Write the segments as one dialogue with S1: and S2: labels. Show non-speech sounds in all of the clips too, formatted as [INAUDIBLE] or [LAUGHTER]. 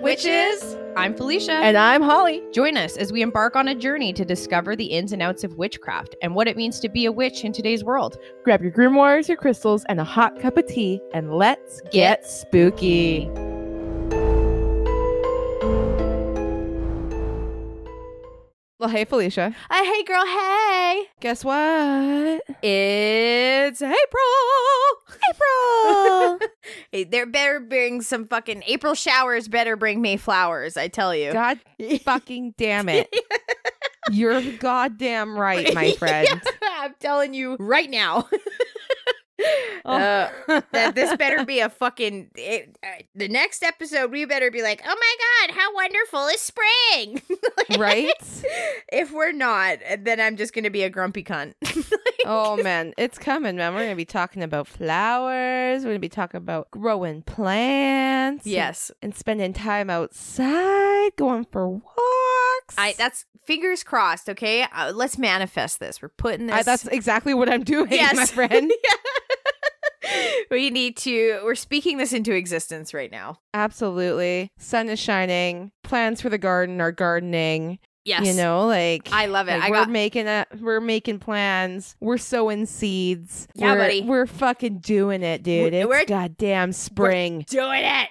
S1: Witches! I'm Felicia.
S2: And I'm Holly.
S1: Join us as we embark on a journey to discover the ins and outs of witchcraft and what it means to be a witch in today's world.
S2: Grab your grimoires, your crystals, and a hot cup of tea, and let's get spooky. Well, hey, Felicia.
S1: Uh, hey, girl, hey!
S2: Guess what?
S1: It's April!
S3: April. Hey, there better bring some fucking April showers. Better bring May flowers. I tell you.
S2: [LAUGHS] God fucking damn it. You're goddamn
S3: [LAUGHS]
S2: right, my friend.
S3: [LAUGHS] I'm telling you
S1: [LAUGHS]
S3: right now. [LAUGHS]
S2: Oh.
S3: Uh, [LAUGHS] that this better be a fucking it, uh, the next episode we better be like oh my god how wonderful is spring [LAUGHS]
S2: right?
S3: if we're not then i'm just gonna be a grumpy cunt [LAUGHS]
S2: Oh man, it's coming, man. We're gonna be talking about flowers. We're gonna be talking about growing plants. and-
S3: yes
S2: and spending time outside, going for walks.
S3: i that's fingers crossed okay uh, let's manifest this we're putting this
S2: I- that's exactly what I'm doing, my
S3: Yes.
S2: friend.
S3: [LAUGHS] we need to we're speaking this into existence right now
S2: Absolutely. Sun is shining. Plans for the garden are gardening.
S3: yes
S2: You know, like
S3: i love it
S2: like,
S3: i
S2: we're
S3: got
S2: making a, we're making plans. We're sowing seeds.
S3: Yeah,
S2: we're,
S3: buddy.
S2: We're fucking doing it, dude.
S3: We're-
S2: it's
S3: we're-
S2: goddamn spring.
S3: doing it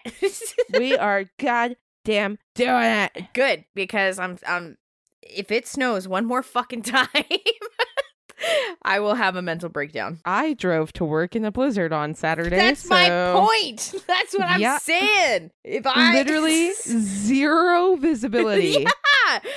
S3: [LAUGHS]
S2: we are goddamn doing it.
S3: good because i'm i'm if it snows one more fucking [LAUGHS] time i will have a mental breakdown
S2: I drove to work in a blizzard on Saturday.
S3: that's my
S2: so-
S3: point [LAUGHS] that's what i'm
S2: Yeah.
S3: saying if i [LAUGHS]
S2: Literally zero visibility.
S3: Yeah.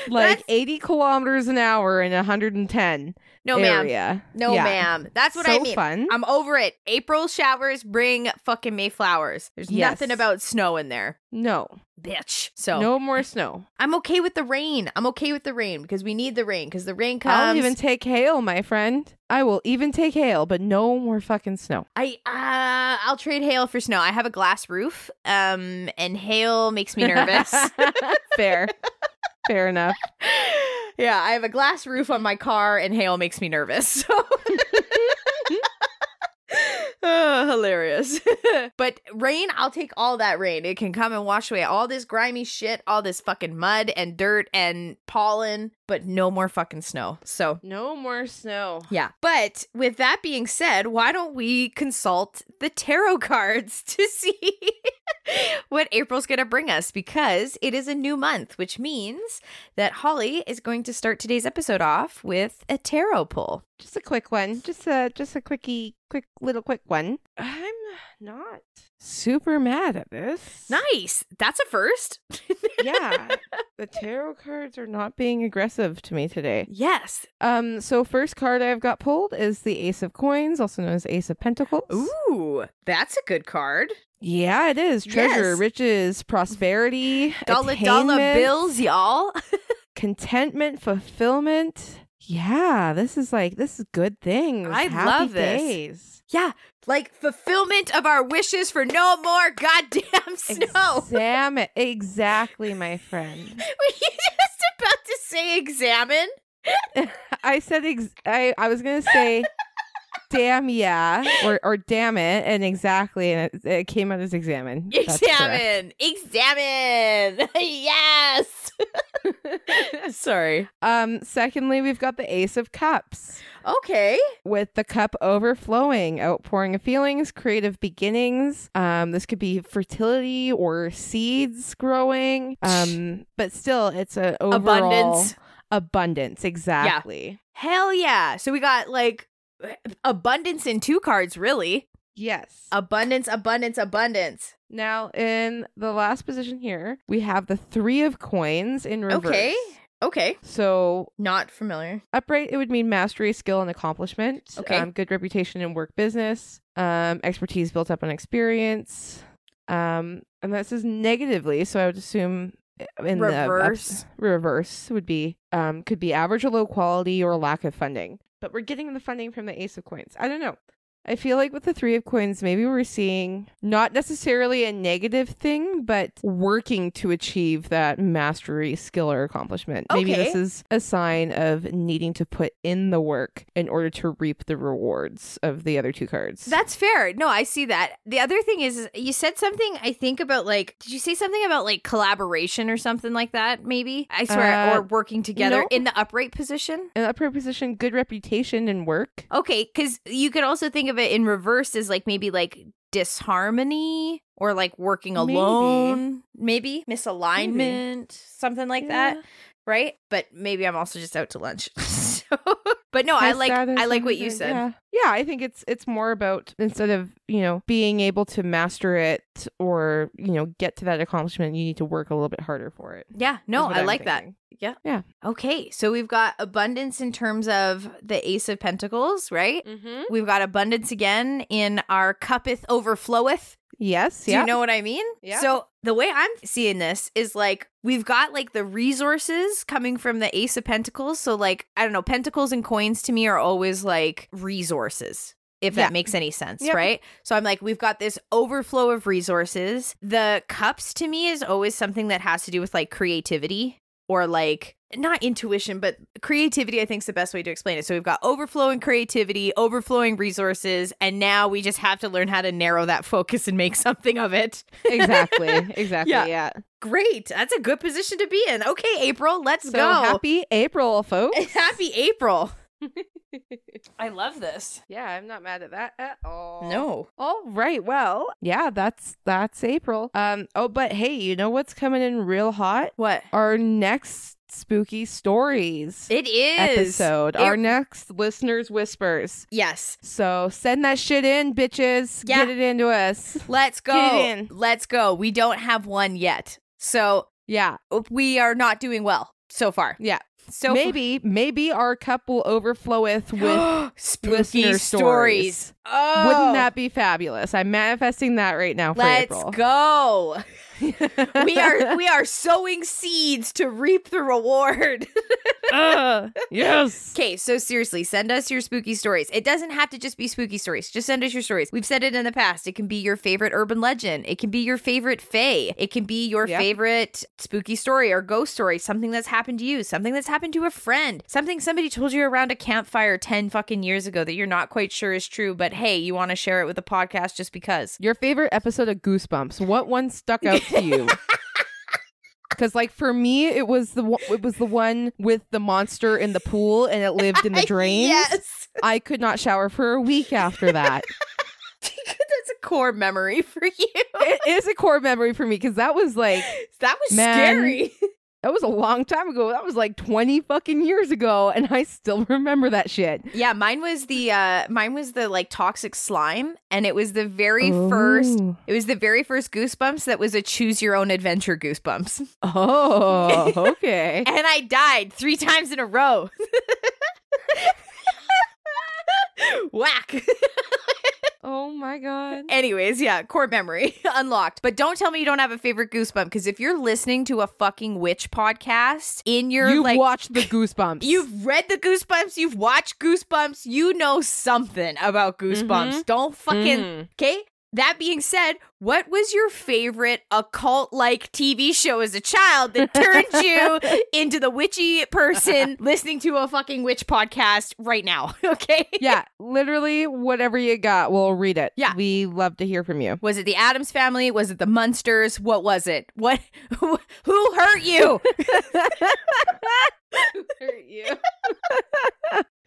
S2: like
S3: That's-
S2: 80 kilometers an hour in 110
S3: no ma'am
S2: area.
S3: no
S2: Yeah.
S3: ma'am that's what
S2: so
S3: i mean
S2: fun.
S3: i'm over it april showers bring fucking may flowers there's
S2: Yes.
S3: nothing about snow in there
S2: no,
S3: bitch so
S2: no more snow.
S3: i'm okay with the rain i'm okay with the rain because we need the rain because the rain comes
S2: I'll even take hail, my friend. I will even take hail, but no more fucking snow.
S3: I uh I'll trade hail for snow. I have a glass roof. Um and hail makes me nervous.
S2: [LAUGHS]
S3: [LAUGHS]
S2: Fair. Fair enough.
S3: yeah, I have a glass roof on my car and hail makes me nervous. [LAUGHS] So Oh, hilarious. [LAUGHS] but rain, I'll take all that rain. It can come and wash away all this grimy shit, all this fucking mud and dirt and pollen, but no more fucking snow. So
S2: No more snow.
S3: yeah. But with that being said, why don't we consult the tarot [LAUGHS] cards to see [LAUGHS] what April's going to bring us because it is a new month, which means that Holly is going to start today's episode off with a tarot pull.
S2: Just a quick one. Just a just a quickie quick little quick one. I'm not super mad at this.
S3: Nice. That's a first.
S2: [LAUGHS]
S3: [LAUGHS]
S2: yeah. The tarot cards are not being aggressive to me today.
S3: yes.
S2: Um, so first card I've got pulled is the Ace of Coins, also known as Ace of Pentacles.
S3: Ooh, that's a good card.
S2: Yeah, it is. Treasure,
S3: Yes.
S2: riches, prosperity,
S3: Dollar dollar
S2: attainment,
S3: bills, y'all.
S2: contentment, fulfillment. Yeah, this is like this is good things.
S3: I
S2: Happy
S3: love this.
S2: days.
S3: [LAUGHS] yeah, like fulfillment of our wishes for no more goddamn [LAUGHS] snow.
S2: Examine exactly, my friend.
S3: [LAUGHS] Were you just about to say examine?
S2: I said ex- I I was gonna say. Damn yeah, or or damn it, and exactly, and it, it came out as examine.
S3: [LAUGHS]
S2: That's correct.
S3: Examine. Examine. [LAUGHS] yes. [LAUGHS] Sorry.
S2: Um, secondly, we've got the Ace of Cups.
S3: Okay.
S2: with the cup overflowing, outpouring of feelings, creative beginnings. Um, this could be fertility or seeds growing. Um, but still, it's an overall
S3: Abundance.
S2: Abundance, exactly.
S3: Hell yeah. So we got like abundance in two cards, really.
S2: Yes.
S3: Abundance, abundance, abundance.
S2: now, in the last position here, we have the three of coins in reverse.
S3: Okay. Okay.
S2: So
S3: Not familiar.
S2: upright, it would mean mastery, skill, and accomplishment.
S3: Okay.
S2: Um, good reputation in work business. Um, expertise built up on experience. Um, and that says negatively, so I would assume uh, in
S3: Reverse.
S2: the ups- reverse would be um could be average or low quality or lack of funding. But we're getting the funding from the Ace of Coins. I don't know. I feel like with the Three of Coins, maybe we're seeing not necessarily a negative thing, but working to achieve that mastery, skill, or accomplishment. Maybe
S3: Okay.
S2: this is a sign of needing to put in the work in order to reap the rewards of the other two cards.
S3: That's fair. No, I see that. The other thing is, is you said something. I think about like, did you say something about like collaboration or something like that? Maybe I swear,
S2: Uh,
S3: or working together
S2: no.
S3: in the upright position.
S2: an upper position, good reputation, and work.
S3: Okay, because you could also think of it in reverse as like maybe like disharmony or like working
S2: Maybe.
S3: alone, maybe misalignment, something like that.
S2: Yeah.
S3: right? But maybe I'm also just out to lunch. [LAUGHS] so, but no, Oh, I
S2: That's
S3: like
S2: rather
S3: I like what you
S2: something-
S3: said.
S2: Yeah. Yeah, I think it's it's more about instead of, you know, being able to master it or, you know, get to that accomplishment, you need to work a little bit harder for it.
S3: Yeah, no, I like that. Okay, so we've got abundance in terms of the Ace of Pentacles, right?
S2: Mm-hmm.
S3: We've got abundance again in our cuppeth overfloweth.
S2: Yes.
S3: Do
S2: yeah.
S3: you know what I mean?
S2: Yeah.
S3: So the way I'm seeing this is like we've got like the resources coming from the Ace of Pentacles. So like I don't know, pentacles and coins to me are always like resources. If
S2: Yeah.
S3: that makes any sense,
S2: Yep.
S3: right? So I'm like, we've got this overflow of resources. The cups to me is always something that has to do with like creativity or like not intuition, but creativity, I think is the best way to explain it. So we've got overflowing creativity, overflowing resources, and now we just have to learn how to narrow that focus and make [LAUGHS] something of it.
S2: [LAUGHS]
S3: [LAUGHS]
S2: exactly. Exactly.
S3: Yeah.
S2: yeah.
S3: Great. That's a good position to be in. Okay, April, let's
S2: So
S3: go. [LAUGHS]
S2: happy April, folks.
S3: Happy April. I love this.
S2: [LAUGHS] yeah, I'm not mad at that at all.
S3: No.
S2: All right. Well, yeah, that's that's April. Um oh, but hey, you know what's coming in real hot?
S3: What?
S2: Our next spooky stories.
S3: It is.
S2: episode.
S3: It-
S2: Our next listeners whispers.
S3: Yes.
S2: So send that shit in, bitches.
S3: Yeah.
S2: Get it into us.
S3: Let's go.
S2: Get it in.
S3: Let's go. We don't have one yet. So
S2: Yeah,
S3: we are not doing well so far.
S2: yeah.
S3: So
S2: maybe, maybe our cup will
S3: [GASPS]
S2: overfloweth with.
S3: spooky stories.
S2: listener stories.
S3: Oh,
S2: Wouldn't that be fabulous? I'm manifesting that right now for
S3: Let's
S2: April. [LAUGHS]
S3: go. we are we are sowing seeds to reap the reward.
S2: yes.
S3: Okay, so seriously, send us your spooky stories. It doesn't have to just be spooky stories. Just send us your stories. We've said it in the past. It can be your favorite urban legend. It can be your favorite fae. It can be your
S2: Yeah.
S3: favorite spooky story or ghost story. Something that's happened to you. Something that's happened to a friend. Something somebody told you around a campfire 10 fucking years ago that you're not quite sure is true, but hey, you want to share it with the podcast just because.
S2: Your favorite episode of Goosebumps? What one stuck out to
S3: [LAUGHS]
S2: you? Because, like, for me, it was the one, it was the one with the monster in the pool, and it
S3: [LAUGHS]
S2: lived in the drain.
S3: Yes.
S2: I could not shower for a week after that.
S3: [LAUGHS] That's a core memory for you. [LAUGHS]
S2: it is a core memory for me because that was like
S3: That was
S2: Man.
S3: scary.
S2: that was a long time ago. That was like twenty fucking years ago, and I still remember that shit.
S3: Yeah, mine was the uh mine was the like toxic slime and it was the very first
S2: Ooh.
S3: it was the very first goosebumps that was a choose your own adventure goosebumps. [LAUGHS]
S2: Oh, okay.
S3: And I died 3 times in a row. [LAUGHS] Whack. [LAUGHS]
S2: oh my god.
S3: Anyways, yeah, core memory [LAUGHS] unlocked. But don't tell me you don't have a favorite goosebump because if you're listening to a fucking witch podcast in your
S2: You've
S3: like
S2: watched the Goosebumps.
S3: [LAUGHS] You've read the Goosebumps, you've watched Goosebumps, you know something about Goosebumps.
S2: Mhm.
S3: Don't fucking.
S2: Mm.
S3: Okay? That being said, what was your favorite occult like TV show as a child that turned you into the witchy person listening to a fucking witch podcast right now? [LAUGHS] Okay?
S2: yeah, literally whatever you got, we'll read it.
S3: Yeah.
S2: we love to hear from you. [LAUGHS]
S3: Was it the Adams family? Was it the Munsters? What was it? What [LAUGHS] who, who hurt
S2: [LAUGHS]
S3: you?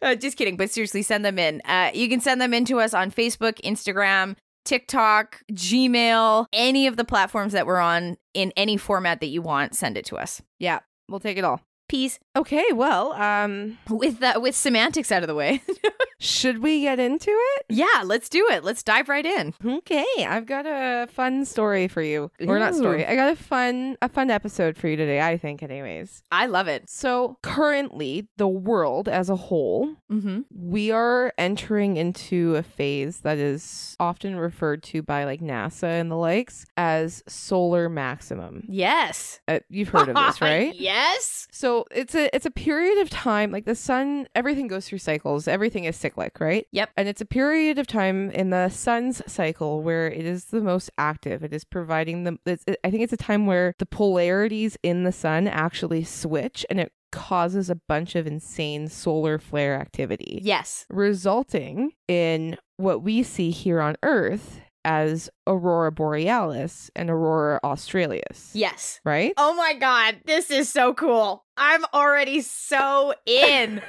S3: Uh, just kidding, but seriously, send them in. Uh, you can send them in to us on Facebook, Instagram, TikTok, Gmail, any of the platforms that we're on in any format that you want. Send it to us.
S2: yeah, we'll take it all.
S3: Peace.
S2: Okay, well, um,
S3: With uh, with semantics out of the way. [LAUGHS]
S2: should we get into it?
S3: yeah, let's do it. Let's dive right in.
S2: Okay, I've got a fun story for you, or not
S3: Ooh.
S2: story. I got a fun, a fun episode for you today. I think, anyways.
S3: I love it.
S2: So currently, the world as a whole,
S3: Mm-hmm.
S2: we are entering into a phase that is often referred to by like NASA and the likes as solar maximum.
S3: Yes.
S2: Uh, you've heard
S3: [LAUGHS]
S2: of this, right?
S3: yes.
S2: So it's a it's a period of time like the sun everything goes through cycles everything is cyclical cyclic, right?
S3: Yep.
S2: And it's a period of time in the sun's cycle where it is the most active. It is providing the, it's, I think it's a time where the polarities in the sun actually switch and it causes a bunch of insane solar flare activity
S3: Yes.
S2: resulting in what we see here on Earth as aurora borealis and aurora australis.
S3: Yes.
S2: Right?
S3: Oh my god, this is so cool. I'm already so
S2: [LAUGHS]
S3: in.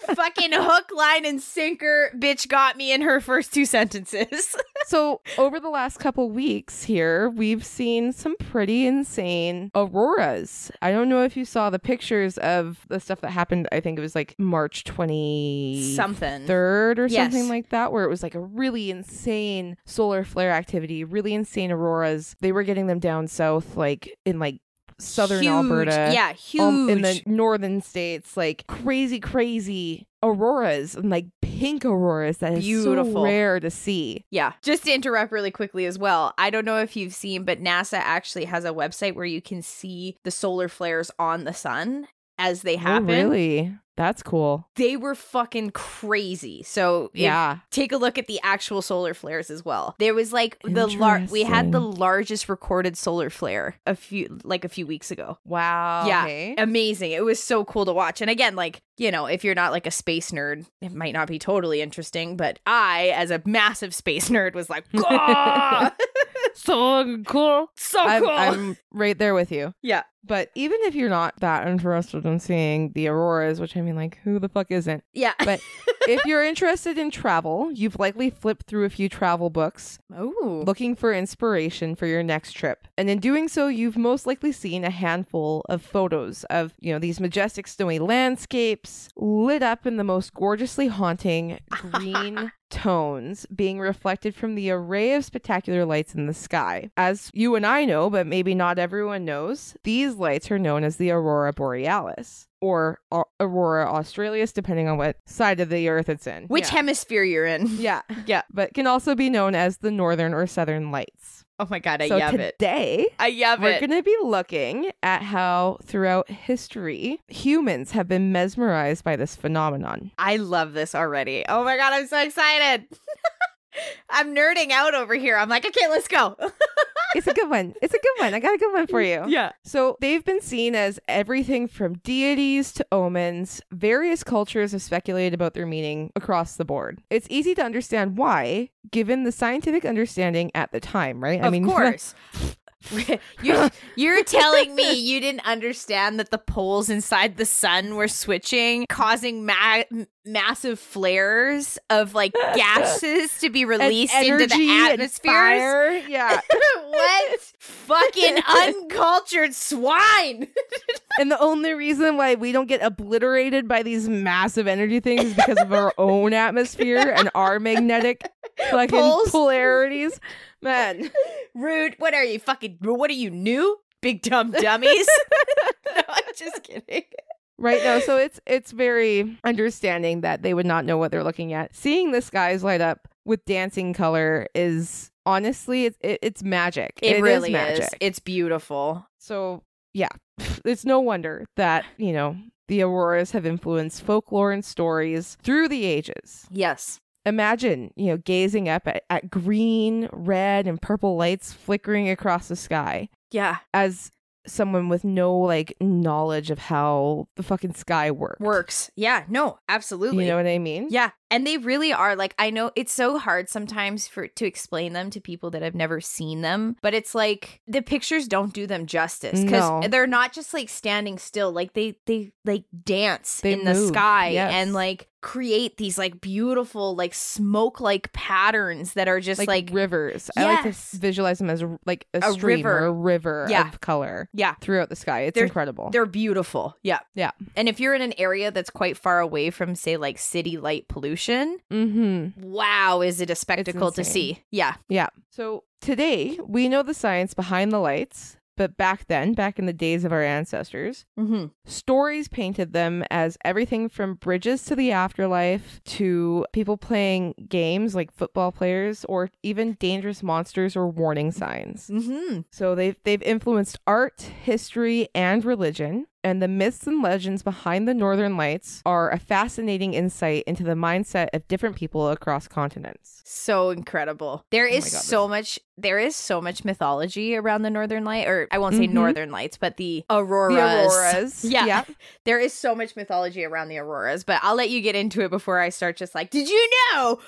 S3: Fucking hook, line, and sinker bitch got me in her first two sentences. [LAUGHS]
S2: so, over the last couple weeks here, we've seen some pretty insane auroras. I don't know if you saw the pictures of the stuff that happened. I think it was like March 20
S3: Something.
S2: third or
S3: Yes.
S2: something like that, where it was like a really insane solar flare activity, really insane auroras. They were getting them down south, like in like southern
S3: Huge.
S2: Alberta.
S3: Yeah, huge.
S2: um, in the northern states, like crazy, crazy auroras and like pink auroras that is so
S3: Beautiful.
S2: rare to see.
S3: Yeah. Just to interrupt really quickly as well, I don't know if you've seen, but NASA actually has a website where you can see the solar flares on the sun as they happen.
S2: Oh, really? That's cool.
S3: They were fucking crazy. So if-
S2: Yeah.
S3: take a look at the actual solar flares as well. There was like the lar- we had the
S2: Interesting.
S3: largest recorded solar flare a few like a few weeks ago.
S2: Wow.
S3: Yeah.
S2: okay.
S3: Amazing. It was so cool to watch. And again, like, you know, if you're not like a space nerd, it might not be totally interesting, but I as a massive space [LAUGHS] nerd was like, "Gah!"
S2: So cool.
S3: so
S2: I'm,
S3: cool.
S2: I'm right there with you.
S3: Yeah.
S2: But even if you're not that interested in seeing the auroras, which I mean, like, who the fuck isn't?
S3: [LAUGHS] yeah.
S2: But if you're interested in travel, you've likely flipped through a few travel books
S3: Oh.
S2: looking for inspiration for your next trip. And in doing so, you've most likely seen a handful of photos of, you know, these majestic snowy landscapes lit up in the most gorgeously haunting green tones being reflected from the array of spectacular lights in the sky. As you and I know, but maybe not everyone knows, these lights are known as the aurora borealis or Au- aurora australis depending on what side of the earth it's in.
S3: Which
S2: Yeah.
S3: hemisphere you're in?
S2: Yeah.
S3: Yeah.
S2: But can also be known as the northern or southern lights.
S3: [LAUGHS] Oh my god, I
S2: so
S3: love it.
S2: today
S3: I love
S2: we're
S3: it.
S2: going to be looking at how throughout history humans have been mesmerized by
S3: [LAUGHS]
S2: this phenomenon.
S3: I love this already. Oh my god, I'm so excited. [LAUGHS] I'm nerding out over here. I'm like, okay, let's go. [LAUGHS]
S2: It's a good one. It's a good one. I got a good one for you.
S3: yeah.
S2: So they've been seen as everything from deities to omens. Various cultures have speculated about their meaning across the board. It's easy to understand why, given the scientific understanding at the time, right? [LAUGHS]
S3: of course. you're, you're telling me you didn't understand that the poles inside the sun were switching, causing ma- m- massive flares of
S2: [LAUGHS]
S3: like gases to be
S2: and
S3: released into
S2: energy
S3: the
S2: and
S3: atmosphere.
S2: fire. Yeah.
S3: [LAUGHS] what
S2: [LAUGHS]
S3: fucking uncultured swine? [LAUGHS]
S2: And the only reason why we don't get obliterated by these massive energy things is because of
S3: [LAUGHS]
S2: our own atmosphere and our magnetic fucking
S3: Poles.
S2: polarities. Man,
S3: Rude. What are you fucking? What are you new? Big dumb
S2: [LAUGHS]
S3: dummies. [LAUGHS] no, I'm just kidding.
S2: right now, so it's it's very understanding that they would not know what they're looking at. Seeing the skies light up with dancing color is honestly it's it, it's magic.
S3: It,
S2: is
S3: really
S2: magic.
S3: is. It's beautiful.
S2: So, yeah, [LAUGHS] it's no wonder that, you know, the auroras have influenced folklore and stories through the ages.
S3: Yes.
S2: Imagine, you know, gazing up at, at green, red, and purple lights flickering across the sky
S3: Yeah.
S2: as someone with no like knowledge of how the fucking sky works.
S3: Works. Yeah. No. Absolutely.
S2: You know what I mean?
S3: yeah. And they really are like I know it's so hard sometimes for to explain them to people that have never seen them, but it's like the pictures don't do them justice cuz
S2: No.
S3: they're not just like standing still, like they they like dance
S2: They
S3: in the
S2: move,
S3: sky
S2: yes.
S3: and like create these like beautiful like smoke like patterns that are just
S2: Like,
S3: like,
S2: rivers. I like to
S3: Yes.
S2: visualize them as like a,
S3: A
S2: stream or a
S3: river.
S2: river
S3: Yeah.
S2: of color
S3: yeah.
S2: throughout the sky. It's
S3: They're-
S2: incredible.
S3: They're beautiful. Yeah.
S2: Yeah.
S3: And if you're in an area that's quite far away from, say, like city light pollution,
S2: Mm-hmm.
S3: wow, is it a spectacle to
S2: insane.
S3: see? Yeah.
S2: Yeah. So today we know the science behind the lights, but back then, back in the days of our ancestors,
S3: Mm-hmm.
S2: stories painted them as everything from bridges to the afterlife to people playing games like football players or even dangerous monsters or warning signs.
S3: Mm-hmm.
S2: So they've they've influenced art, history, and religion. and the myths and legends behind the Northern Lights are a fascinating insight into the mindset of different people across continents.
S3: So incredible. Oh There is
S2: my God,
S3: so much there is so much mythology around the Northern Light or I won't say
S2: Mhm.
S3: Northern Lights, but Mm-hmm. the
S2: The
S3: auroras. [LAUGHS]
S2: auroras.
S3: Yeah.
S2: Yep.
S3: There is so much mythology around the auroras, but I'll let you get into it before I start just like, "Did you know?"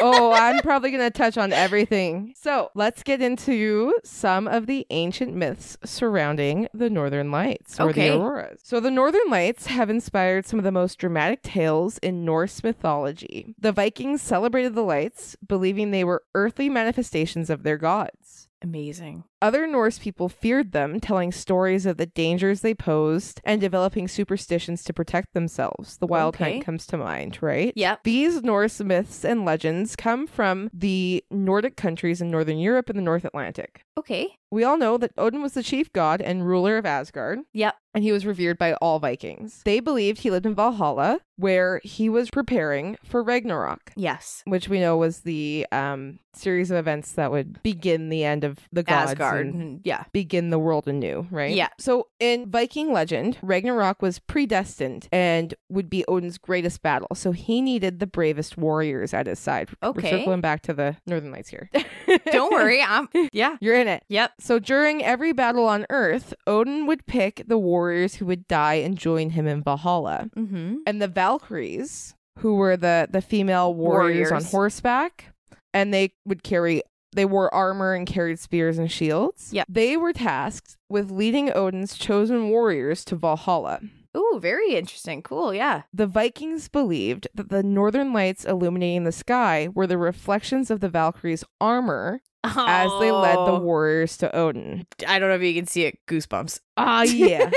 S2: oh, I'm probably going to touch on everything. So let's get into some of the ancient myths surrounding the Northern Lights or
S3: Okay.
S2: the auroras. So the Northern Lights have inspired some of the most dramatic tales in Norse mythology. The Vikings celebrated the lights, believing they were earthly manifestations of their gods.
S3: Amazing.
S2: Other Norse people feared them, telling stories of the dangers they posed and developing superstitions to protect themselves. The Wild
S3: Okay.
S2: Hunt comes to mind, right?
S3: Yep.
S2: These Norse myths and legends come from the Nordic countries in Northern Europe and the North Atlantic.
S3: Okay.
S2: We all know that Odin was the chief god and ruler of Asgard,
S3: Yep.
S2: and he was revered by all Vikings. They believed he lived in Valhalla, where he was preparing for Ragnarok,
S3: Yes.
S2: which we know was the um, series of events that would begin the end of the gods
S3: Asgard. and-
S2: and
S3: Hmm, Yeah.
S2: begin the world anew, right?
S3: Yeah.
S2: So in Viking legend, Ragnarok was predestined and would be Odin's greatest battle. So he needed the bravest warriors at his side.
S3: Okay.
S2: We're circling back to the Northern Lights here.
S3: [LAUGHS] Don't worry. [LAUGHS] I'm Yeah.
S2: [LAUGHS] You're in it.
S3: Yep.
S2: So during every battle on Earth, Odin would pick the warriors who would die and join him in Valhalla.
S3: Mhm.
S2: And the Valkyries, who were the, the female warriors, on
S3: Warriors.
S2: horseback, and they would carry they wore armor and carried spears and shields.
S3: Yep.
S2: They were tasked with leading Odin's chosen warriors to Valhalla.
S3: Ooh, very interesting. Cool. Yeah.
S2: The Vikings believed that the northern lights illuminating the sky were the reflections of the Valkyries' armor as they led
S3: Oh.
S2: the warriors to Odin.
S3: I don't know if you can see it. [LAUGHS] Goosebumps.
S2: Ah, yeah.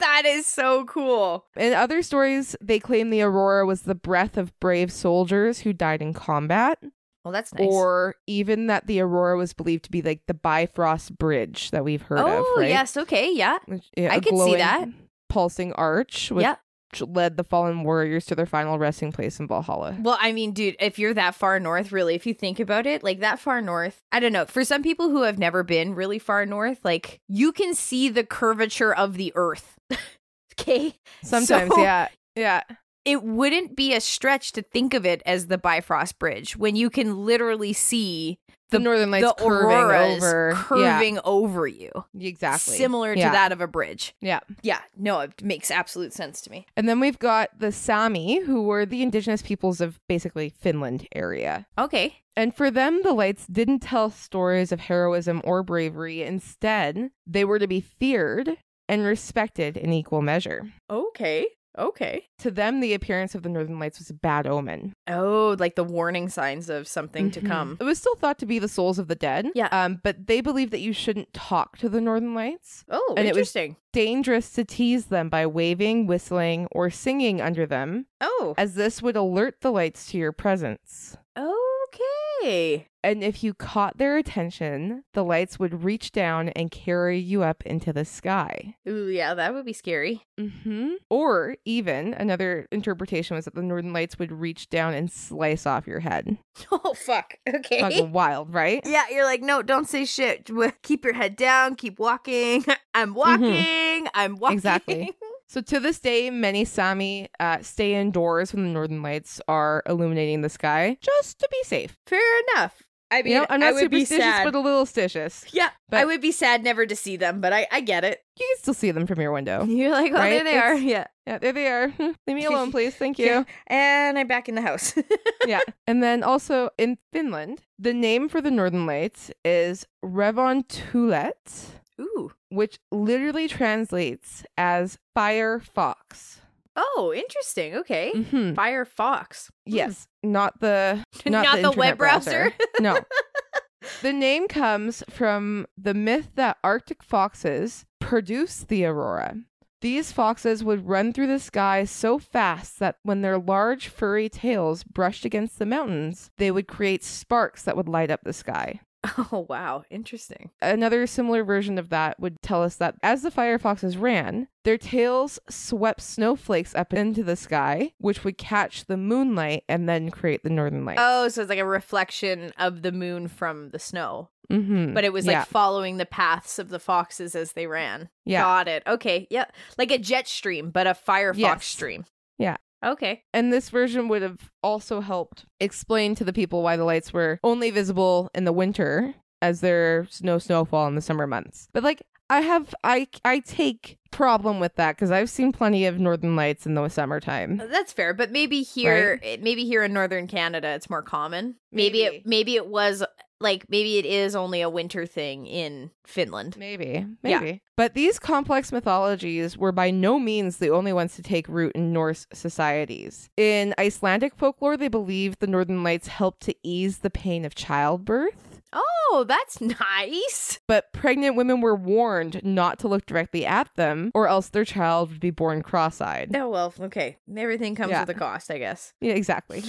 S3: that is so cool.
S2: [LAUGHS] In other stories, they claim the aurora was the breath of brave soldiers who died in combat,
S3: Well, that's nice.
S2: or even that the aurora was believed to be like the Bifrost Bridge that we've heard
S3: oh,
S2: of, right?
S3: yes. Okay. Yeah.
S2: Which- yeah,
S3: I
S2: a
S3: could see
S2: glowing,
S3: that.
S2: pulsing arch, which
S3: Yeah.
S2: led the fallen warriors to their final resting place in Valhalla.
S3: Well, I mean, dude, if you're that far north, really, if you think about it, like that far north, I don't know. For some people who have never been really far north, like you can see the curvature of the earth. [LAUGHS] okay.
S2: Sometimes,
S3: So-
S2: yeah, yeah,
S3: It wouldn't be a stretch to think of it as the Bifrost Bridge when you can literally see
S2: the,
S3: The-
S2: northern lights
S3: the
S2: curving
S3: auroras
S2: over, yeah,
S3: curving over you.
S2: exactly.
S3: Similar
S2: Yeah.
S3: to that of a bridge.
S2: Yeah.
S3: Yeah. No, it makes absolute sense to me.
S2: And then we've got the Sami, who were the indigenous peoples of basically Finland area.
S3: Okay.
S2: And for them, the lights didn't tell stories of heroism or bravery. Instead, they were to be feared and respected in equal measure.
S3: Okay. Okay.
S2: To them, the appearance of the Northern Lights was a bad omen.
S3: Oh, like the warning signs of something
S2: Mhm.
S3: to come.
S2: It was still thought to be the souls of the dead.
S3: Yeah.
S2: Um, but they believed that you shouldn't talk to the Northern Lights.
S3: Oh,
S2: And it was-
S3: interesting.
S2: Dangerous to tease them by waving, whistling, or singing under them,
S3: oh,
S2: as this would alert the lights to your presence.
S3: okay.
S2: And if you caught their attention, the lights would reach down and carry you up into the sky.
S3: Ooh, yeah, that would be scary. [LAUGHS]
S2: Mm-hmm. Or even another interpretation was that the Northern Lights would reach down and slice off your head.
S3: Oh, fuck. Okay. [LAUGHS]
S2: Fucking wild, right?
S3: Yeah, you're like, no, don't say shit. W- Keep your head down. Keep walking. [LAUGHS] I'm walking. I'm [LAUGHS] walking.
S2: Mm-hmm. Exactly. So to this day, many Sami uh, stay indoors when the Northern Lights are illuminating the sky just to be safe.
S3: Fair enough. I mean,
S2: You know, I'm
S3: I
S2: not
S3: would be
S2: superstitious,
S3: sad.
S2: but a little stitious.
S3: yeah, I
S2: but-
S3: would be sad never to see them, but I, I get it.
S2: You can still see them from your window.
S3: [LAUGHS] You're like, oh,
S2: Right?
S3: there they
S2: It's-
S3: are. Yeah.
S2: Yeah, there they are. [LAUGHS] Leave me alone,
S3: [LAUGHS]
S2: please. Thank you.
S3: And I'm back in the house. [LAUGHS]
S2: yeah. And then also in Finland, the name for the Northern Lights is Revontulet.
S3: Ooh.
S2: which literally translates as fire fox.
S3: Oh, interesting. Okay.
S2: Mhm.
S3: Firefox.
S2: Yes, not the
S3: [LAUGHS]
S2: not,
S3: Hmm. Not the
S2: internet
S3: web browser. [LAUGHS]
S2: no. The name comes from the myth that Arctic foxes produce the aurora. These foxes would run through the sky so fast that when their large furry tails brushed against the mountains, they would create sparks that would light up the sky. [LAUGHS]
S3: Oh, wow. Interesting.
S2: Another similar version of that would tell us that as the firefoxes ran, their tails swept snowflakes up into the sky, which would catch the moonlight and then create the northern lights.
S3: Oh, so it's like a reflection of the moon from the snow,
S2: Mhm.
S3: but it was like
S2: Yeah.
S3: following the paths of the foxes as they ran.
S2: yeah.
S3: Got it. Okay. Yeah. Like a jet stream, but a firefox
S2: Yes.
S3: stream.
S2: Yeah.
S3: Okay.
S2: And this version would have also helped explain to the people why the lights were only visible in the winter as there's no snowfall in the summer months. But like I have I I take problem with that cuz I've seen plenty of northern lights in the summertime.
S3: That's fair, but maybe here, it- maybe here in northern Canada, it's more common. Maybe
S2: Maybe.
S3: it, maybe it was like maybe it is only a winter thing in
S2: Mm.
S3: Finland.
S2: Maybe,
S3: Yeah.
S2: maybe. But these complex mythologies were by no means the only ones to take root in Norse societies. In Icelandic folklore, they believed the northern lights helped to ease the pain of childbirth.
S3: Oh, that's [LAUGHS] nice.
S2: but pregnant women were warned not to look directly at them or else their child would be born cross-eyed.
S3: Oh well, okay. Everything comes
S2: Yeah.
S3: with a cost, I guess.
S2: Yeah, exactly.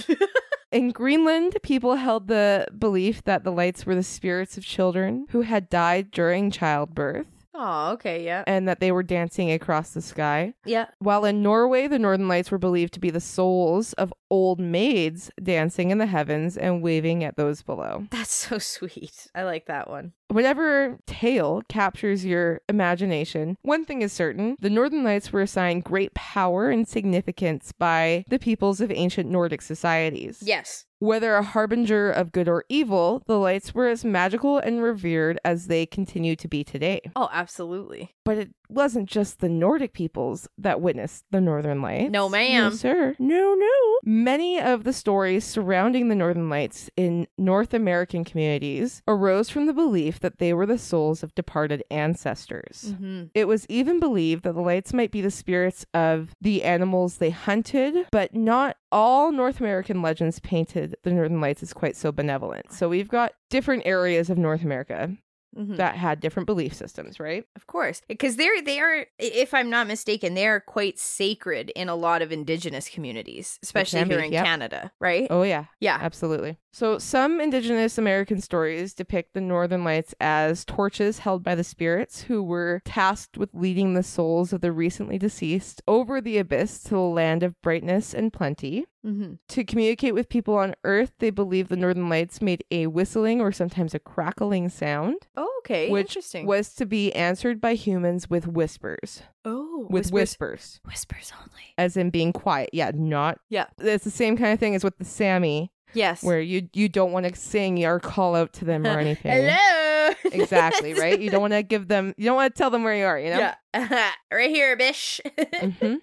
S2: In Greenland, people held the belief that the lights were the spirits of children who had died during childbirth
S3: Oh, okay, yeah,
S2: and that they were dancing across the sky.
S3: yeah.
S2: While in Norway, the northern lights were believed to be the souls of old maids dancing in the heavens and waving at those below.
S3: That's so [LAUGHS] sweet. I like that one.
S2: Whatever tale captures your imagination, one thing is certain the Northern Lights were assigned great power and significance by the peoples of ancient Nordic societies.
S3: Yes.
S2: Whether a harbinger of good or evil, the lights were as magical and revered as they continue to be today.
S3: Oh, absolutely.
S2: But it wasn't just the Nordic peoples that witnessed the Northern Lights.
S3: No, ma'am.
S2: No, sir. No, no. Many of the stories surrounding the Northern Lights in North American communities arose from the belief that they were the souls of departed ancestors.
S3: Mm-hmm.
S2: It was even believed that the lights might be the spirits of the animals they hunted, but not all North American legends painted the Northern Lights as quite so benevolent. So we've got different areas of North America
S3: Mm-hmm.
S2: that had different belief systems, right?
S3: Of course, because they're they are, i- if I'm not mistaken, they are quite sacred in a lot of Indigenous communities, especially
S2: can
S3: here
S2: be,
S3: in
S2: yep.
S3: Canada, right?
S2: Oh, yeah.
S3: yeah,
S2: Absolutely. So, some Indigenous American stories depict the Northern Lights as torches held by the spirits who were tasked with leading the souls of the recently deceased over the abyss to the land of brightness and plenty.
S3: mm-hmm.
S2: To communicate with people on Earth, they believe the Northern Lights made a whistling or sometimes a crackling sound,
S3: Oh, okay.
S2: Which
S3: Interesting.
S2: was to be answered by humans with whispers.
S3: oh,
S2: With whispers.
S3: Whispers only.
S2: As in being quiet. Yeah, not.
S3: Yeah.
S2: It's the same kind of thing as with the Sami
S3: Yes.
S2: where you you don't want to sing or call out to them
S3: [LAUGHS]
S2: or anything.
S3: Hello. [LAUGHS]
S2: Exactly, right? You don't want to give them you don't want to tell them where you are, you know?
S3: Yeah. [LAUGHS] right here, bish. [LAUGHS]
S2: Mhm.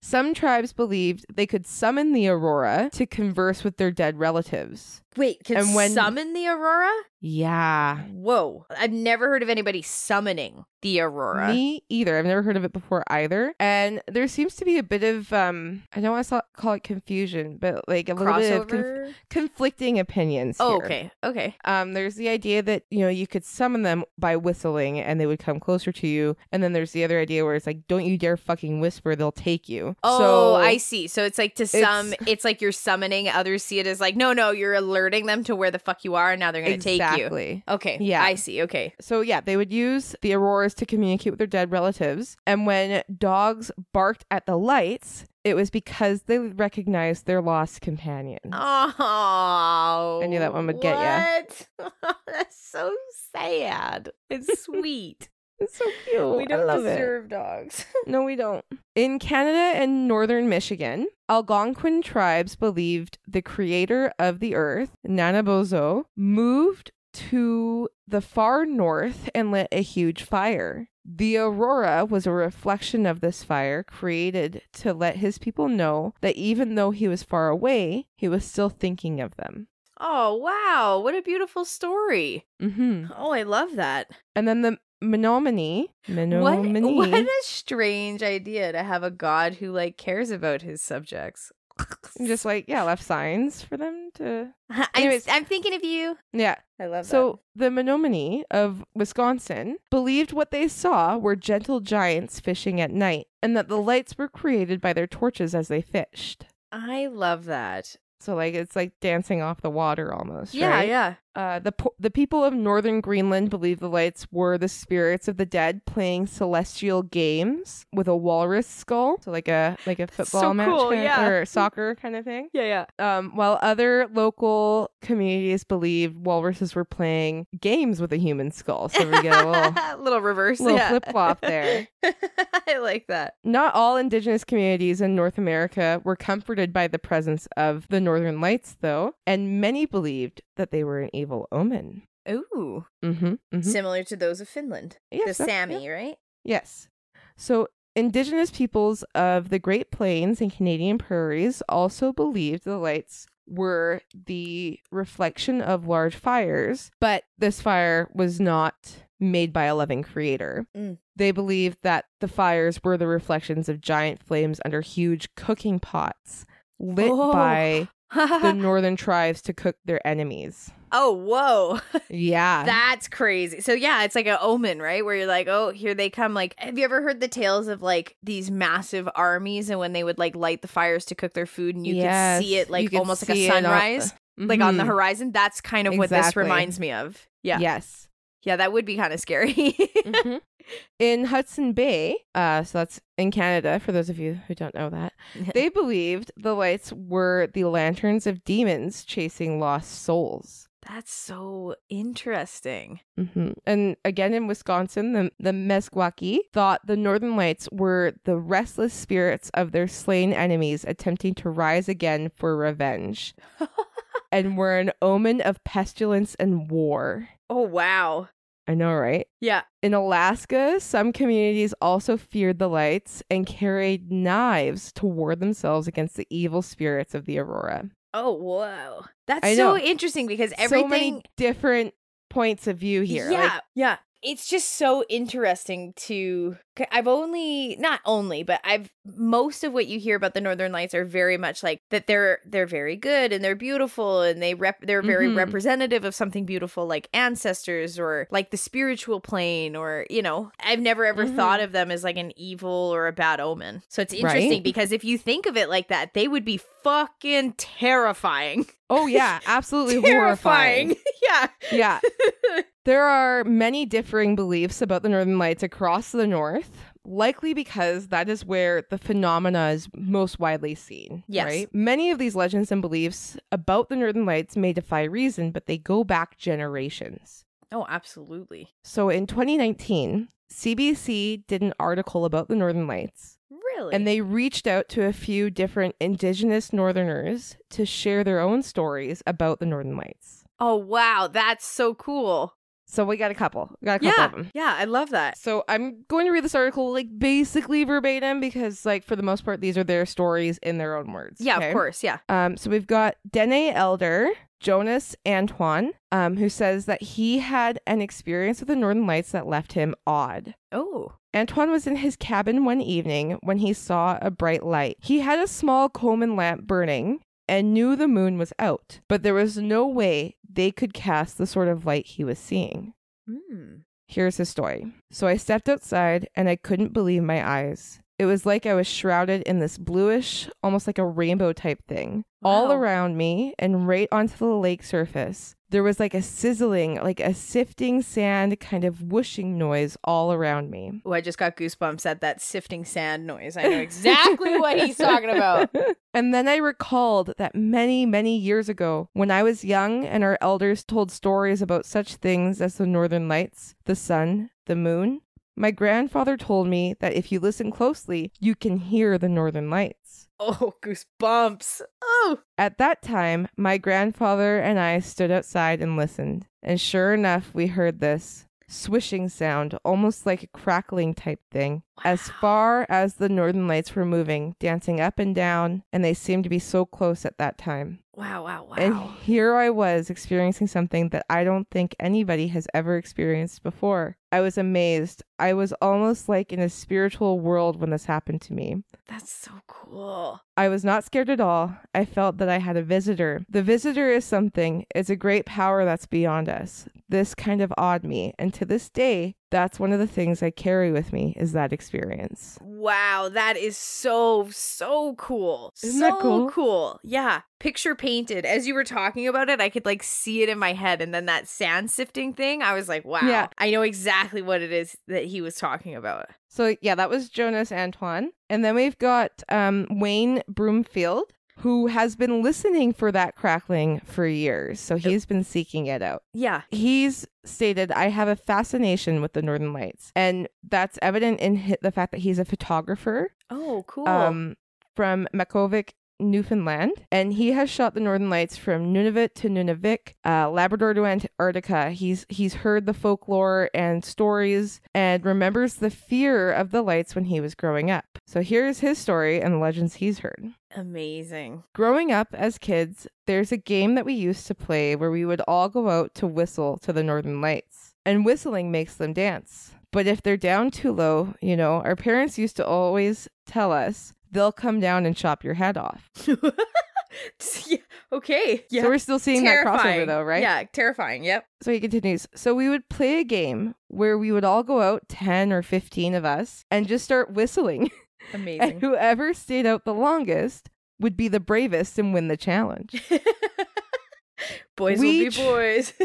S2: Some tribes believed they could summon the aurora to converse with their dead relatives.
S3: Wait, can
S2: And when-
S3: summon the aurora?
S2: Yeah.
S3: Whoa, I've never heard of anybody summoning the aurora.
S2: Me either. I've never heard of it before either. And there seems to be a bit of um I don't want to call it confusion, but like a little bit of conf-
S3: Crossover.
S2: conflicting opinions.
S3: oh,
S2: here.
S3: okay. Okay.
S2: Um, there's the idea that you know you could summon them by whistling, and they would come closer to you. And then there's the other idea where it's like, don't you dare fucking whisper; they'll take you.
S3: Oh,
S2: so,
S3: I see. So it's like to some, it's, like you're summoning. Others see it as like, no, no, you're alerting them to where the fuck you are. And now they're going to take you.
S2: exactly.
S3: Okay.
S2: Yeah.
S3: I see. Okay.
S2: So yeah, they would use the auroras to communicate with their dead relatives. And when dogs barked at the lights, it was because they recognized their lost companion.
S3: Oh,
S2: Mm. I knew that one would get ya.
S3: ya. [LAUGHS] That's so sad. It's
S2: [LAUGHS]
S3: sweet.
S2: It's so cute.
S3: we don't
S2: Oh, I love it.
S3: deserve dogs. [LAUGHS]
S2: No, we don't. In Canada and northern Michigan, Algonquin tribes believed the creator of the earth, Nanabozo, moved to the far north and lit a huge fire. The aurora was a reflection of this fire created to let his people know that even though he was far away, he was still thinking of them.
S3: Oh wow, what a beautiful story.
S2: Mm-hmm.
S3: Oh, I love that.
S2: And then the Menominee.
S3: what,
S2: Menominee.
S3: what a strange idea to have a god who like cares about his subjects.
S2: Just like, yeah, left signs for them to.
S3: [LAUGHS] I'm,
S2: anyways.
S3: I'm thinking of you.
S2: Yeah,
S3: I love
S2: So the Menominee of Wisconsin believed what they saw were gentle giants fishing at night, and that the lights were created by their torches as they fished.
S3: that. I love that.
S2: So like it's like dancing off the water almost.
S3: Yeah,
S2: right?
S3: yeah.
S2: Uh, the po- the people of northern Greenland believe the lights were the spirits of the dead playing celestial games with a walrus skull, so like a like a
S3: That's
S2: football
S3: so
S2: match
S3: cool,
S2: kind of-
S3: yeah.
S2: or soccer kind of thing.
S3: Yeah, yeah.
S2: Um, while other local communities believed walruses were playing games with a human skull, so we get
S3: [LAUGHS]
S2: a little
S3: little reverse.
S2: little
S3: yeah.
S2: flip-flop there.
S3: [LAUGHS] I like that.
S2: Not all indigenous communities in North America were comforted by the presence of the northern lights, though, and many believed that they were an evil omen.
S3: Ooh.
S2: Mm-hmm.
S3: Similar to those of Finland.
S2: Yes,
S3: the
S2: that-
S3: Sami,
S2: yeah.
S3: right?
S2: Yes. So indigenous peoples of the Great Plains and Canadian prairies also believed the lights were the reflection of large fires, but this fire was not made by a loving creator.
S3: Mm.
S2: They believed that the fires were the reflections of giant flames under huge cooking pots lit
S3: Oh.
S2: by
S3: [LAUGHS]
S2: the northern tribes to cook their enemies.
S3: oh,
S2: [LAUGHS]
S3: whoa.
S2: Yeah.
S3: That's crazy. So yeah, it's like an omen, right? Where you're like, oh, here they come. Like, have you ever heard the tales of like these massive armies and when they would like light the fires to cook their food and you
S2: Yes,
S3: could see it
S2: you
S3: like
S2: could
S3: almost like a
S2: see it on the-
S3: sunrise, like on the
S2: Mhm.
S3: horizon? That's kind of what this
S2: Exactly.
S3: reminds me of. Yeah. yeah.
S2: Yes.
S3: that would be kind of scary.
S2: Mhm. In Hudson Bay, uh, so that's in Canada, for those of you who don't know that, [LAUGHS] they believed the lights were the lanterns of demons chasing lost souls.
S3: [LAUGHS] That's so interesting.
S2: hmm And again, in Wisconsin, the, the Meskwaki thought the northern lights were the restless spirits of their slain enemies attempting to rise again for revenge and were an omen of pestilence and war.
S3: oh wow.
S2: I know, right?
S3: Yeah.
S2: In Alaska, some communities also feared the lights and carried knives to ward themselves against the evil spirits of the aurora.
S3: Oh whoa. That's
S2: I
S3: so
S2: know.
S3: interesting because
S2: So many
S3: everything
S2: different points of view here.
S3: Yeah,
S2: Like,
S3: yeah. It's just so interesting to. 'cause I've only not only, but I've most of what you hear about the Northern Lights are very much like that. They're they're very good and they're beautiful and they rep they're very
S2: Mhm.
S3: representative of something beautiful like ancestors or like the spiritual plane or you know. I've never ever
S2: Mhm.
S3: thought of them as like an evil or a bad omen. So it's
S2: Right?
S3: interesting because if you think of it like that, they would be fucking terrifying, [LAUGHS]
S2: oh yeah, absolutely
S3: terrifying. [LAUGHS]
S2: horrifying. Yeah. There are many differing beliefs about the northern lights across the north, likely because that is where the phenomena is most widely seen,
S3: Yes.
S2: right? Many of these legends and beliefs about the northern lights may defy reason, but they go back generations.
S3: yeah. Oh, absolutely.
S2: So in 2019, CBC did an article about the Northern Lights,
S3: Really.
S2: and they reached out to a few different Indigenous Northerners to share their own stories about the Northern Lights.
S3: Oh wow, that's so cool.
S2: So we got a couple, we got a couple
S3: Yeah.
S2: of them.
S3: Yeah, I love that.
S2: So I'm going to read this article like basically verbatim because, like, for the most part, these are their stories in their own words.
S3: Yeah,
S2: okay?
S3: of course, yeah.
S2: Um, so we've got Dene Elder, Jonas Antoine, um, who says that he had an experience with the Northern Lights that left him awed.
S3: Oh.
S2: Antoine was in his cabin one evening when he saw a bright light. He had a small Coleman lamp burning and knew the moon was out, but there was no way they could cast the sort of light he was seeing.
S3: Mm.
S2: Here's his story. So I stepped outside and I couldn't believe my eyes. It was like I was shrouded in this bluish, almost like a rainbow type thing. All
S3: Wow.
S2: around me and right onto the lake surface, there was like a sizzling, like a sifting sand kind of whooshing noise all around me.
S3: Oh, I just got goosebumps at that sifting sand noise. I know exactly what he's talking about.
S2: [LAUGHS] And then I recalled that many, many years ago, when I was young and our elders told stories about such things as the northern lights, the sun, the moon, my grandfather told me that if you listen closely, you can hear the northern lights.
S3: [LAUGHS] Oh, goosebumps. Oh.
S2: At that time, my grandfather and I stood outside and listened. And sure enough, we heard this swishing sound, almost like a crackling type thing, as
S3: Wow.
S2: far as the northern lights were moving, dancing up and down, and they seemed to be so close at that time.
S3: Wow, wow, wow.
S2: And here I was experiencing something that I don't think anybody has ever experienced before. I was amazed. I was almost like in a spiritual world when this happened to me.
S3: that's so cool.
S2: I was not scared at all. I felt that I had a visitor. The visitor is something, it's a great power that's beyond us. This kind of awed me. And to this day, that's one of the things I carry with me is that experience.
S3: Wow, that is so so cool.
S2: Isn't
S3: so
S2: that cool?
S3: Yeah. Picture painted. As you were talking about it, I could like see it in my head and then that sand sifting thing, I was like, wow.
S2: Yeah.
S3: I know exactly what it is that he was talking about.
S2: So, yeah, that was Jonas Antoine. And then we've got um, Wayne Broomfield, who has been listening for that crackling for years. So he's been seeking it out.
S3: Yeah.
S2: He's stated, I have a fascination with the Northern Lights. And that's evident in hi- the fact that he's a photographer
S3: Oh, cool.
S2: um, from Makovic, Newfoundland. And he has shot the Northern Lights from Nunavut to Nunavik, uh, Labrador to Antarctica. He's, he's heard the folklore and stories and remembers the fear of the lights when he was growing up. So here's his story and the legends he's heard.
S3: Amazing. [LAUGHS]
S2: Growing up as kids, there's a game that we used to play where we would all go out to whistle to the northern lights, and whistling makes them dance. But if they're down too low, you know, our parents used to always tell us they'll come down and chop your head off.
S3: yeah. Okay. Yeah.
S2: So we're still seeing that crossover
S3: Terrifying.
S2: though, right?
S3: Yeah, terrifying. Yep.
S2: So he continues. So we would play a game where we would all go out, 10 or 15 of us, and just start whistling. [LAUGHS] [LAUGHS] and
S3: Amazing.
S2: whoever stayed out the longest would be the bravest and win the challenge.
S3: [LAUGHS] boys
S2: We
S3: will be
S2: tr-
S3: boys. [LAUGHS]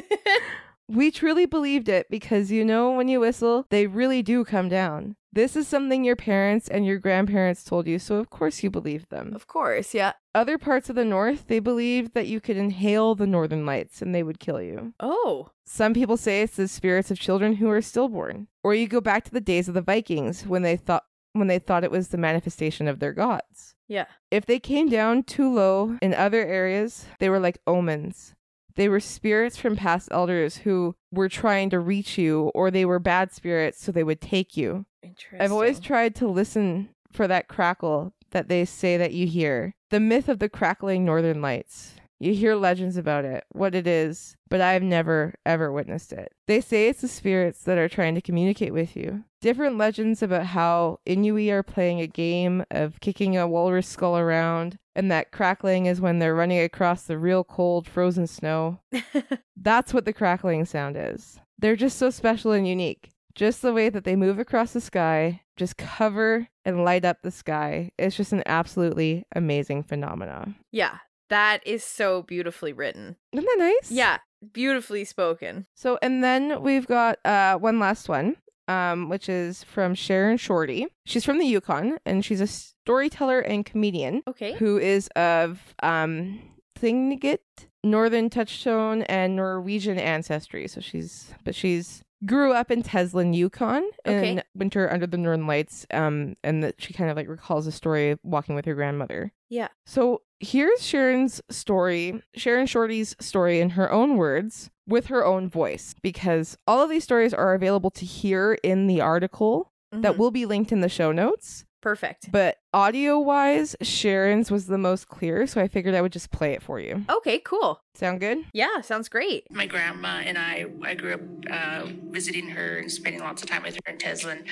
S2: We truly believed it because you know when you whistle, they really do come down. This is something your parents and your grandparents told you, so of course you believed them.
S3: of course, yeah.
S2: Other parts of the North, they believed that you could inhale the northern lights and they would kill you.
S3: Oh.
S2: Some people say it's the spirits of children who are stillborn. Or you go back to the days of the Vikings when they thought when they thought it was the manifestation of their gods.
S3: Yeah.
S2: If they came down too low in other areas, they were like omens. They were spirits from past elders who were trying to reach you, or they were bad spirits, so they would take you.
S3: Interesting.
S2: I've always tried to listen for that crackle that they say that you hear. The myth of the crackling northern lights. You hear legends about it, what it is, but I've never, ever witnessed it. They say it's the spirits that are trying to communicate with you. Different legends about how Inuit are playing a game of kicking a walrus skull around, and that crackling is when they're running across the real cold, frozen snow. That's what the crackling sound is. They're just so special and unique. Just the way that they move across the sky, just cover and light up the sky. It's just an absolutely amazing phenomena.
S3: [LAUGHS] Yeah, that is so beautifully written.
S2: Isn't that nice?
S3: Yeah, beautifully spoken.
S2: So, and then we've got uh, one last one, um, which is from Sharon Shorty. She's from the Yukon and she's a storyteller and comedian
S3: Okay.
S2: who is of um, Thingit, Northern Touchstone, and Norwegian ancestry. So she's, but she's grew up in Teslin, Yukon, in
S3: Okay.
S2: winter under the Northern Lights, um, and that she kind of like recalls a story of walking with her grandmother.
S3: Yeah.
S2: So here's Sharon's story, Sharon Shorty's story in her own words with her own voice, because all of these stories are available to hear in the article that
S3: Mhm.
S2: will be linked in the show notes.
S3: perfect.
S2: But audio wise, Sharon's was the most clear, so I figured I would just play it for you.
S3: Okay, cool.
S2: Sound good?
S3: Yeah, sounds great.
S4: My grandma and I, I grew up uh, visiting her and spending lots of time with her in Teslin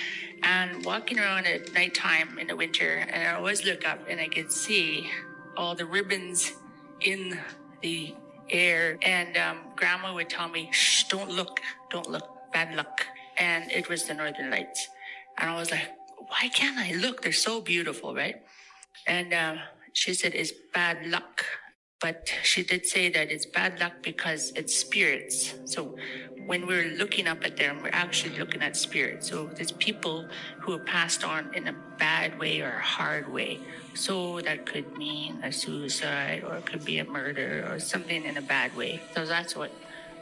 S4: and walking around at nighttime in the winter. And I always look up and I could see all the ribbons in the air. And um, grandma would tell me, shh, don't look, don't look, bad luck. And it was the Northern Lights. And I was like, why can't I look? They're so beautiful, right? And um, she said, it's bad luck. But she did say that it's bad luck because it's spirits. So when we're looking up at them, we're actually looking at spirits. So there's people who have passed on in a bad way or a hard way. So that could mean a suicide or it could be a murder or something in a bad way. So that's what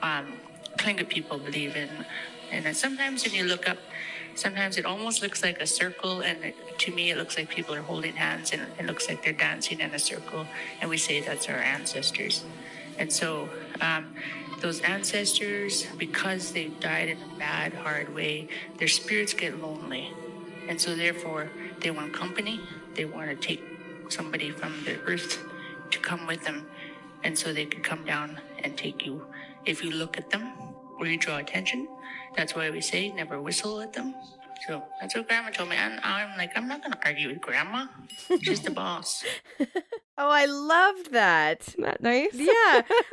S4: um, Klinga people believe in. And then sometimes when you look up, sometimes it almost looks like a circle. And it- to me, it looks like people are holding hands and it looks like they're dancing in a circle. And we say that's our ancestors. And so um, those ancestors, because they died in a bad, hard way, their spirits get lonely. And so therefore, they want company. They want to take somebody from the earth to come with them. And so they could come down and take you. If you look at them or you draw attention, that's why we say never whistle at them. So that's what grandma told me. And I'm like, I'm not going to argue with grandma. She's the boss.
S3: Oh, I loved that.
S2: Isn't that nice?
S3: Yeah.
S2: [LAUGHS]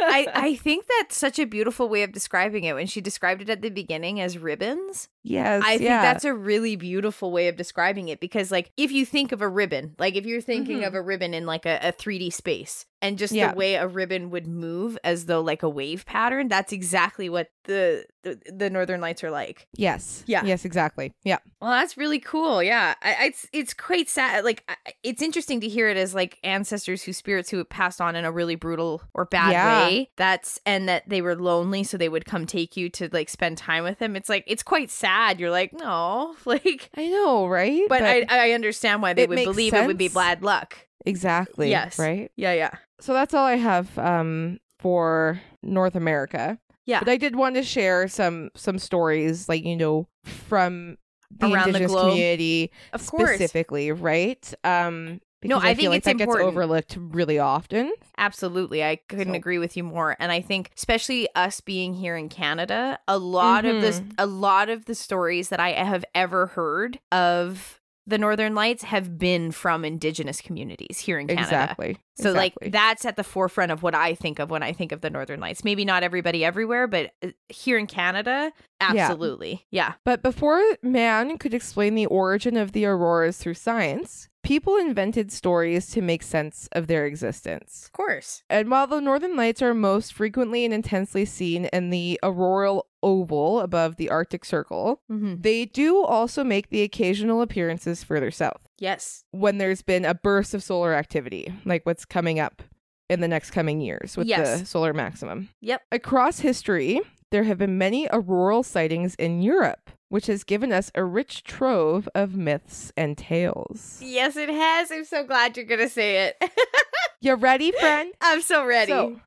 S3: I, I think that's such a beautiful way of describing it. When she described it at the beginning as ribbons,
S2: yes.
S3: I think
S2: yeah.
S3: that's a really beautiful way of describing it because, like, if you think of a ribbon, like if you're thinking
S1: Mhm.
S3: of a ribbon in like a, a 3D space and just
S2: Mm-hmm. Yeah.
S3: the way a ribbon would move as though like a wave pattern, that's exactly what the the, the Northern Lights are like.
S2: yes.
S3: Yeah.
S2: Yes. Exactly. Yeah.
S3: Well, that's really cool. Yeah, I, I- it's it's quite sad. Like, I- it's interesting to hear it as like ancestors whose spirits who passed on in a really brutal or bad
S2: Yeah.
S3: way. That's and that they were lonely, so they would come take you to like spend time with them. It's like it's quite sad. You're like, no, [LAUGHS] like,
S2: I know, right?
S3: but, I I understand why they
S2: it
S3: would
S2: makes
S3: believe it would be
S2: sense.
S3: bad luck.
S2: exactly.
S3: Yes.
S2: Right.
S3: Yeah, yeah.
S2: So that's all I have um, for North America.
S3: Yeah.
S2: But I did want to share some some stories, like you know, from the
S3: Around the
S2: indigenous
S3: globe.
S2: community
S3: Of course,
S2: specifically, right? Um, because
S3: I
S2: I,
S3: think
S2: feel like
S3: it's
S2: that
S3: important.
S2: gets overlooked really often.
S3: absolutely. I couldn't
S2: So-
S3: agree with you more. And I think, especially us being here in Canada, a lot of this,
S2: Mhm.
S3: a lot of the stories that I have ever heard of the Northern Lights have been from Indigenous communities here in Canada.
S2: Exactly.
S3: So
S2: Exactly.
S3: like that's at the forefront of what I think of when I think of the Northern Lights. Maybe not everybody everywhere, but uh, here in Canada, absolutely. Yeah.
S2: But before man could explain the origin of the auroras through science, people invented stories to make sense of their existence.
S3: Of course.
S2: And while the northern lights are most frequently and intensely seen in the auroral oval above the Arctic Circle,
S3: Mm-hmm.
S2: they do also make the occasional appearances further south
S3: Yes.
S2: when there's been a burst of solar activity, like what's coming up in the next coming years with the
S3: Yes.
S2: solar maximum.
S3: Yep.
S2: Across history, there have been many auroral sightings in Europe, which has given us a rich trove of myths and tales.
S3: Yes, it has. I'm so glad you're gonna say it. [LAUGHS]
S2: You ready, friend?
S3: I'm so ready.
S2: So,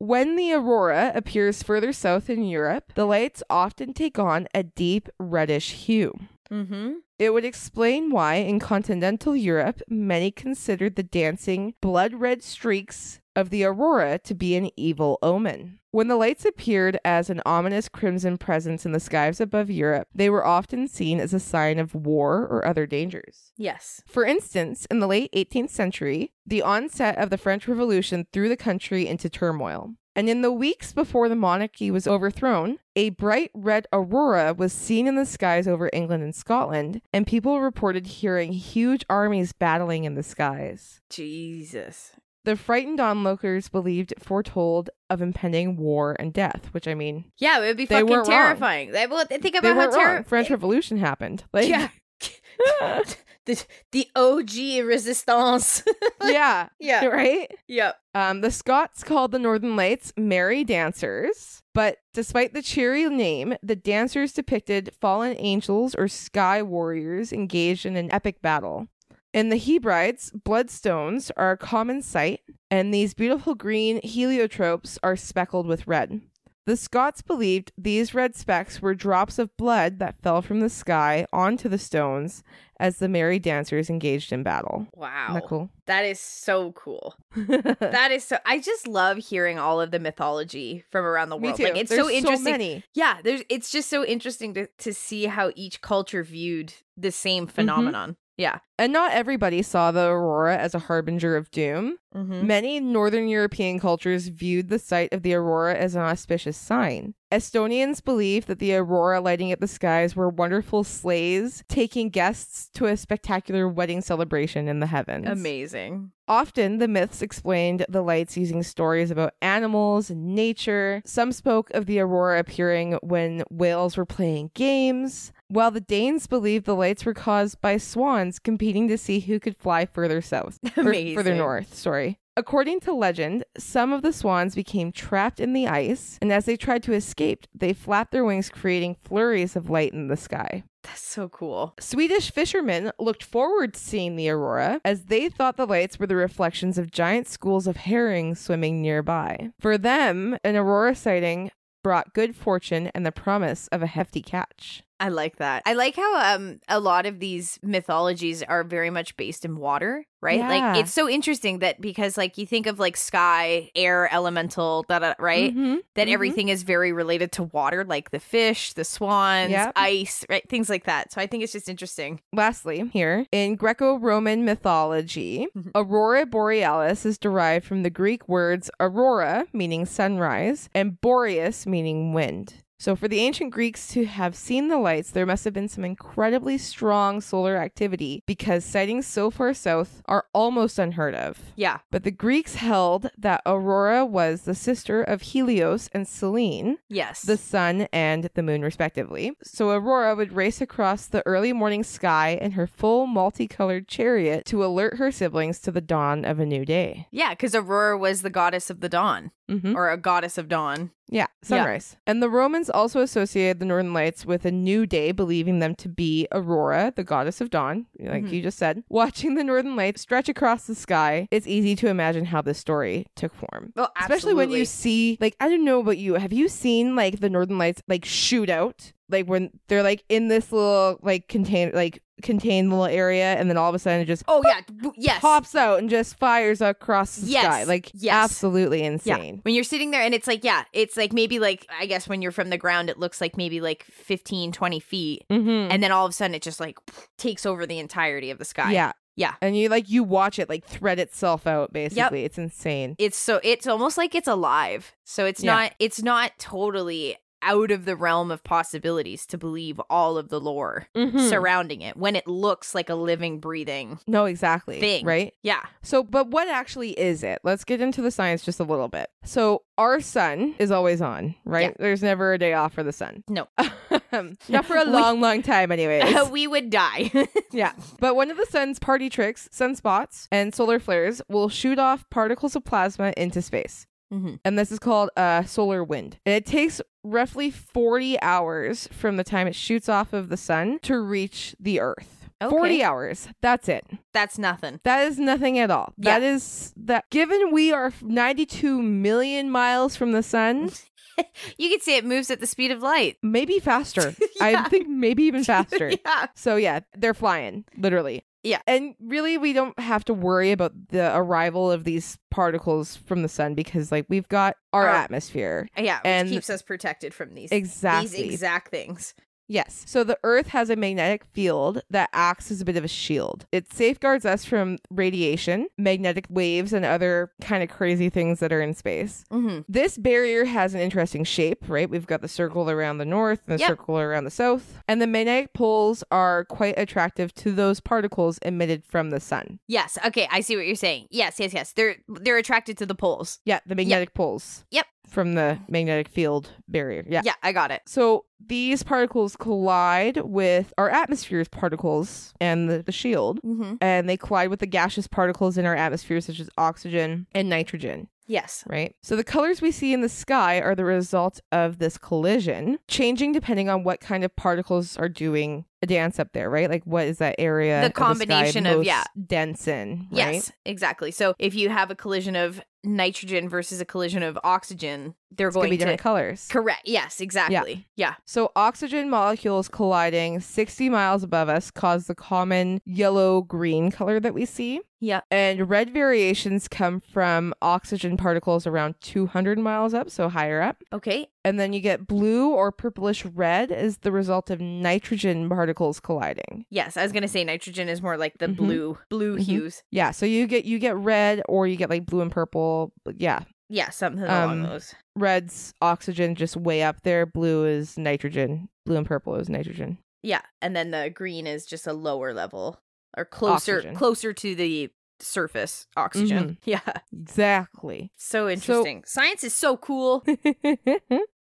S2: when the aurora appears further south in Europe, the lights often take on a deep reddish hue.
S3: mm-hmm.
S2: It would explain why, in continental Europe, many considered the dancing, blood red streaks of the aurora to be an evil omen. When the lights appeared as an ominous crimson presence in the skies above Europe, they were often seen as a sign of war or other dangers.
S3: Yes.
S2: For instance, in the late 18th century, the onset of the French Revolution threw the country into turmoil. And in the weeks before the monarchy was overthrown, a bright red aurora was seen in the skies over England and Scotland, and people reported hearing huge armies battling in the skies.
S3: Jesus.
S2: The frightened onlookers believed it foretold of impending war and death, which I mean,
S3: Yeah, it would be
S2: They were
S3: fucking
S2: wrong.
S3: terrifying. They, well, think
S2: they
S3: about how
S2: weren't
S3: terrifying.
S2: wrong. French Revolution
S3: [LAUGHS]
S2: happened. Like,
S3: yeah. [LAUGHS] the, the OG resistance.
S2: [LAUGHS]
S3: [LAUGHS]
S2: yeah,
S3: yeah.
S2: right?
S3: Yep.
S2: Um, the Scots called the Northern Lights merry dancers, but despite the cheery name, the dancers depicted fallen angels or sky warriors engaged in an epic battle. In the Hebrides, bloodstones are a common sight, and these beautiful green heliotropes are speckled with red. The Scots believed these red specks were drops of blood that fell from the sky onto the stones as the merry dancers engaged in battle. Isn't
S3: Wow.
S2: that cool?
S3: That is so cool.
S2: [LAUGHS]
S3: That is so. I just love hearing all of the mythology from around the
S2: Me
S3: world.
S2: too.
S3: Like it's
S2: There's
S3: so interesting.
S2: many.
S3: Yeah, there's. It's just so interesting to to see how each culture viewed the same
S2: Mm-hmm.
S3: phenomenon. Yeah.
S2: And not everybody saw the aurora as a harbinger of doom.
S3: Mm-hmm.
S2: Many northern European cultures viewed the sight of the aurora as an auspicious sign. Estonians believed that the aurora lighting up the skies were wonderful sleighs taking guests to a spectacular wedding celebration in the heavens.
S3: Amazing.
S2: Often, the myths explained the lights using stories about animals and nature. Some spoke of the aurora appearing when whales were playing games, while the Danes believed the lights were caused by swans competing to see who could fly further south. or further
S3: Amazing.
S2: north, sorry. According to legend, some of the swans became trapped in the ice, and as they tried to escape, they flapped their wings, creating flurries of light in the sky.
S3: That's so cool.
S2: Swedish fishermen looked forward to seeing the aurora as they thought the lights were the reflections of giant schools of herring swimming nearby. For them, an aurora sighting brought good fortune and the promise of a hefty catch.
S3: I like that. I like how um a lot of these mythologies are very much based in water, right?
S2: Yeah.
S3: Like it's so interesting that because like you think of like sky, air, elemental, da da, right?
S2: Mhm.
S3: That
S2: Mhm.
S3: everything is very related to water, like the fish, the swans,
S2: Yep.
S3: ice, right? Things like that. So I think it's just interesting.
S2: Lastly, here in Greco Roman mythology,
S3: Mhm.
S2: Aurora Borealis is derived from the Greek words aurora, meaning sunrise, and boreas, meaning wind. So, for the ancient Greeks to have seen the lights, there must have been some incredibly strong solar activity because sightings so far south are almost unheard of.
S3: Yeah.
S2: But the Greeks held that Aurora was the sister of Helios and Selene,
S3: Yes.
S2: the sun and the moon, respectively. So Aurora would race across the early morning sky in her full multicolored chariot to alert her siblings to the dawn of a new day.
S3: yeah, because Aurora was the goddess of the dawn,
S2: Mm-hmm.
S3: or a goddess of dawn.
S2: Yeah, sunrise. And the Romans also associated the northern lights with a new day, believing them to be Aurora, the goddess of dawn, like
S3: Mhm.
S2: you just said. Watching the northern lights stretch across the sky, it's easy to imagine how this story took form.
S3: Well,
S2: Especially when you see, like, I don't know about you. Have you seen like the Northern Lights like shoot out? Like when they're like in this little like contain like contained little area, and then all of a sudden it just
S3: Oh yeah, b- yes.
S2: pops out and just fires across the
S3: Yes.
S2: sky. Like
S3: Yes.
S2: absolutely insane.
S3: When you're sitting there and it's like, yeah, it's like maybe like, I guess when you're from the ground, it looks like maybe like 15, 20 feet.
S2: Mm-hmm.
S3: And then all of a sudden it just like takes over the entirety of the sky.
S2: yeah,
S3: Yeah.
S2: And you like you watch it like thread itself out. Basically, it's insane.
S3: It's so, it's almost like it's alive. So it's
S2: Yeah.
S3: not, it's not totally out of the realm of possibilities to believe all of the lore
S2: Mhm.
S3: surrounding it when it looks like a living, breathing
S2: no, exactly.
S3: thing.
S2: Right.
S3: Yeah.
S2: So, but what actually is it? Let's get into the science just a little bit. So, our sun is always on, right?
S3: Yeah.
S2: There's never a day off for the sun. Um,
S3: No.
S2: [LAUGHS] Not for
S3: [LAUGHS]
S2: a
S3: We-
S2: long, long time, anyways.
S3: [LAUGHS]
S2: [LAUGHS]
S3: we would die.
S2: yeah. But one of the sun's party tricks, sunspots and solar flares, will shoot off particles of plasma into space.
S3: Mhm.
S2: And this is called uh, solar wind. And it takes roughly 40 hours from the time it shoots off of the sun to reach the Earth.
S3: Okay.
S2: 40 hours. That's it.
S3: That's nothing.
S2: That is nothing at all.
S3: Yeah.
S2: That is that given we are 92 million miles from
S3: [LAUGHS]
S2: the sun,
S3: You could say it moves at the speed of light.
S2: maybe faster.
S3: [LAUGHS]
S2: I
S3: Yeah.
S2: think maybe even faster.
S3: [LAUGHS] yeah.
S2: So yeah, they're flying literally.
S3: Yeah.
S2: And really we don't have to worry about the arrival of these particles from the sun because like we've got our
S3: Our-
S2: atmosphere.
S3: Yeah,
S2: And-
S3: which keeps us protected from these
S2: Exactly.
S3: these exact things.
S2: Yes. So the Earth has a magnetic field that acts as a bit of a shield. It safeguards us from radiation, magnetic waves, and other kind of crazy things that are in space.
S3: Mm-hmm.
S2: This barrier has an interesting shape, right? We've got the circle around the north and the
S3: Yep.
S2: circle around the south. And the magnetic poles are quite attractive to those particles emitted from the sun.
S3: Yes. Okay, I see what you're saying. Yes, yes, yes. They're they're attracted to the poles.
S2: Yeah, the magnetic poles.
S3: Yep.
S2: From the magnetic field barrier. Yeah.
S3: Yeah, I got it.
S2: So these particles collide with our atmosphere's particles and the, the shield.
S3: Mm-hmm.
S2: and they collide with the gaseous particles in our atmosphere, such as oxygen and nitrogen,
S3: Yes.
S2: right? So the colors we see in the sky are the result of this collision, changing depending on what kind of particles are doing a dance up there, right? Like what is that area?
S3: The
S2: of sky
S3: combination of-
S2: most
S3: yeah.
S2: dense in, right?
S3: Yes. Exactly. So if you have a collision of nitrogen versus a collision of oxygen, they're
S2: It's gonna
S3: going
S2: be
S3: to
S2: different colors.
S3: correct. Yes. Exactly. Yeah.
S2: So oxygen molecules colliding 60 miles above us cause the common yellow-green color that we see.
S3: Yeah.
S2: And red variations come from oxygen particles around 200 miles up, so higher up.
S3: Okay.
S2: And then you get blue or purplish red is the result of nitrogen particles colliding.
S3: Yes. I was gonna say nitrogen is more like the
S2: Mhm.
S3: blue blue
S2: Mhm.
S3: hues.
S2: Yeah, so you get you get red or you get like blue and purple. but Yeah.
S3: Yeah. Something along
S2: Um,
S3: those.
S2: Red's oxygen just way up there, blue is nitrogen, blue and purple is nitrogen.
S3: Yeah. And then the green is just a lower level or closer
S2: Oxygen. Mm-hmm.
S3: closer to the surface oxygen. [LAUGHS] Yeah.
S2: Exactly. [LAUGHS]
S3: So
S2: interesting.
S3: interesting. Science is so cool.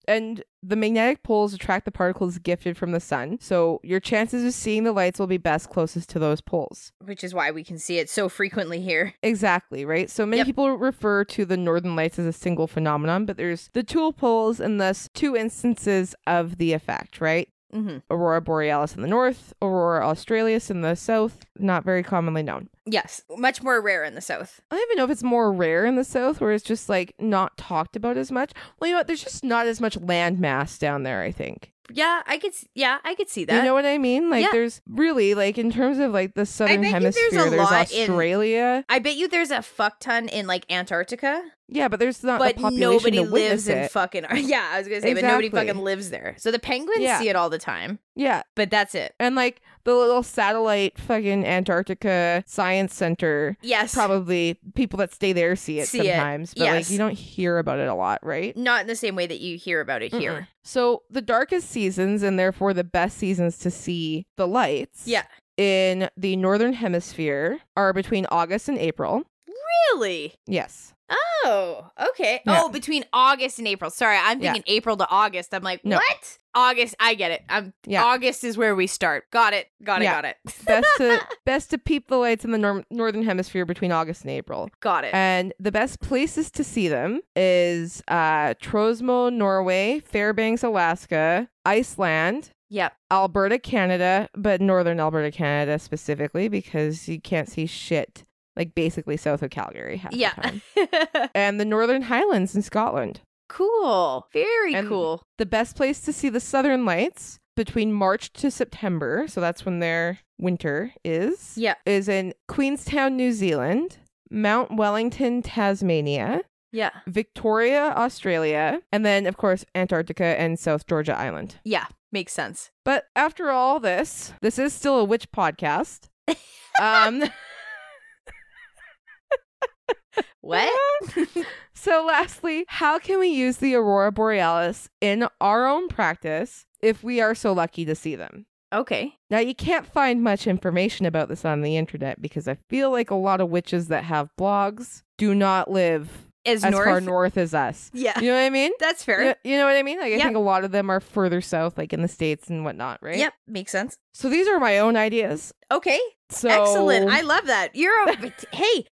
S2: and the magnetic poles attract the particles gifted from the sun. So your chances of seeing the lights will be best closest to those poles.
S3: which is why we can see it so frequently here.
S2: Exactly, right? So many
S3: Yep.
S2: people refer to the northern lights as a single phenomenon, but there's the two poles and thus two instances of the effect, right?
S3: Mm-hmm.
S2: Aurora borealis in the north, Aurora australis in the south, not very commonly known.
S3: Yes, much more rare in the south.
S2: I don't even know if it's more rare in the south or it's just like not talked about as much. Well, you know what? There's just not as much land mass down there, I think.
S3: yeah, I could. s- Yeah, I could see that.
S2: You know what I mean? Like
S3: Yeah.
S2: there's really like in terms of like the southern
S3: bet you there's
S2: hemisphere,
S3: a
S2: there's,
S3: lot in-
S2: Australia.
S3: I bet you there's a fuck ton in like Antarctica,
S2: Yeah, but there's not
S3: but
S2: Uh, a population
S3: nobody
S2: to
S3: lives
S2: witness
S3: in
S2: it.
S3: fucking. [LAUGHS] Yeah, I was gonna say, but nobody
S2: Exactly.
S3: fucking lives there. So the penguins
S2: Yeah.
S3: see it all the time,
S2: yeah,
S3: but that's it.
S2: and like the little satellite fucking Antarctica science center.
S3: Yes,
S2: Probably people that stay there see it
S3: See it,
S2: sometimes, but like
S3: yes.
S2: you don't hear about it a lot, right?
S3: not in the same way that you hear about it here.
S2: Mm-mm. So the darkest seasons and therefore the best seasons to see the lights.
S3: Yeah.
S2: In the northern hemisphere are between August and April.
S3: Really?
S2: Yes.
S3: Oh, okay.
S2: Yeah.
S3: Oh, between August and April. Sorry, I'm
S2: Yeah.
S3: thinking April to August. I'm like,
S2: No.
S3: what? August. I get it. I'm
S2: Yeah.
S3: August is where we start. Got it. Got it.
S2: Yeah.
S3: Got it. [LAUGHS]
S2: Best to best to peep the lights in the nor- northern hemisphere between August and April.
S3: got it.
S2: And the best places to see them is uh Trosmo, Norway, Fairbanks, Alaska, Iceland,
S3: yep.
S2: Alberta, Canada, but northern Alberta, Canada specifically because you can't see shit like basically south of Calgary half the
S3: Yeah.
S2: time. and the Northern Highlands in Scotland.
S3: [LAUGHS] cool. Very
S2: And-
S3: cool.
S2: The best place to see the Southern Lights between March to September, so that's when their winter is,
S3: Yeah.
S2: is in Queenstown, New Zealand, Mount Wellington, Tasmania,
S3: Yeah.
S2: Victoria, Australia, and then, of course, Antarctica and South Georgia Island.
S3: Yeah. Makes sense.
S2: But after all this, this is still a witch podcast.
S3: [LAUGHS]
S2: um,
S3: What?
S2: So, lastly, how can we use the aurora borealis in our own practice if we are so lucky to see them?
S3: okay.
S2: Now, you can't find much information about this on the internet because I feel like a lot of witches that have blogs do not live
S3: Is
S2: as
S3: north?
S2: far north as us.
S3: yeah.
S2: You know what I mean?
S3: [LAUGHS] That's fair.
S2: You you know what I mean? Like, I
S3: Yep.
S2: think a lot of them are further south, like in the States and whatnot, right?
S3: Yep. Makes sense.
S2: So, these are my own ideas.
S3: Okay.
S2: So,
S3: Excellent. I love that.
S2: [LAUGHS]
S3: You're a [LAUGHS] but- hey,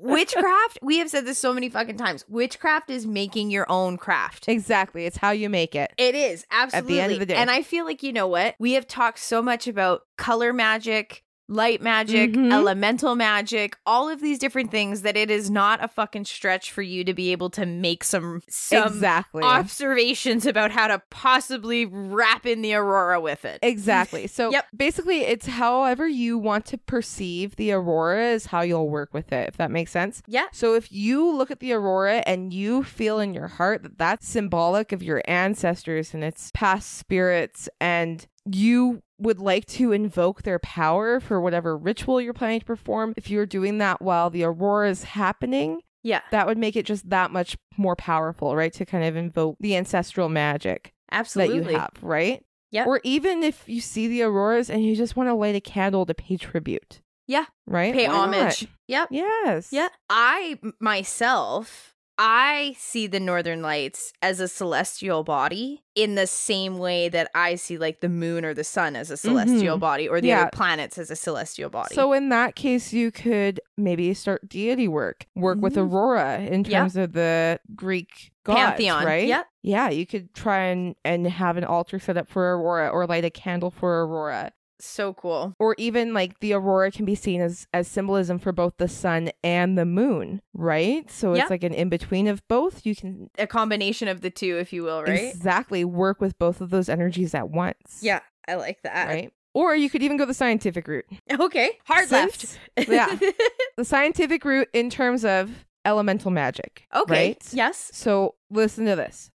S3: witchcraft. We have said this so many fucking times. Witchcraft is making your own craft.
S2: exactly. It's how you make it.
S3: It is absolutely
S2: the end of the day.
S3: And I feel like you know what we have talked so much about color magic, light magic,
S2: Mhm.
S3: elemental magic, all of these different things that it is not a fucking stretch for you to be able to make some some
S2: exactly.
S3: observations about how to possibly wrap in the aurora with it.
S2: Exactly. So
S3: Yep.
S2: basically, it's however you want to perceive the aurora is how you'll work with it, if that makes sense.
S3: Yeah.
S2: So if you look at the aurora and you feel in your heart that that's symbolic of your ancestors and its past spirits, and you would like to invoke their power for whatever ritual you're planning to perform, if you're doing that while the aurora is happening,
S3: Yeah.
S2: that would make it just that much more powerful, right? To kind of invoke the ancestral magic
S3: Absolutely.
S2: that you have, right?
S3: Yep.
S2: Or even if you see the auroras and you just want to light a candle to pay tribute.
S3: Yeah.
S2: Right?
S3: Pay
S2: Why not?
S3: homage. Yep.
S2: Yes.
S3: Yeah. I m- myself, I see the Northern Lights as a celestial body in the same way that I see like the moon or the sun as a celestial body or the
S2: Mm-hmm. Yeah.
S3: other planets as a celestial body.
S2: So in that case, you could maybe start deity work, work with
S3: Mhm.
S2: aurora in
S3: Yeah.
S2: terms of the Greek gods,
S3: Pantheon.
S2: right?
S3: Yep.
S2: Yeah, you could try and and have an altar set up for aurora, or light a candle for aurora,
S3: so cool.
S2: or even like the aurora can be seen as as symbolism for both the sun and the moon, right? So
S3: Yeah.
S2: it's like an in between of both. You can
S3: A combination of the two, if you will, right?
S2: exactly work with both of those energies at once.
S3: Yeah, I like that.
S2: [LAUGHS] Right. Or you could even go the scientific route.
S3: Okay. Hard
S2: Since-
S3: left.
S2: [LAUGHS] yeah. The scientific route in terms of elemental magic.
S3: okay.
S2: Right?
S3: Yes.
S2: So listen
S3: [LAUGHS]
S2: to this.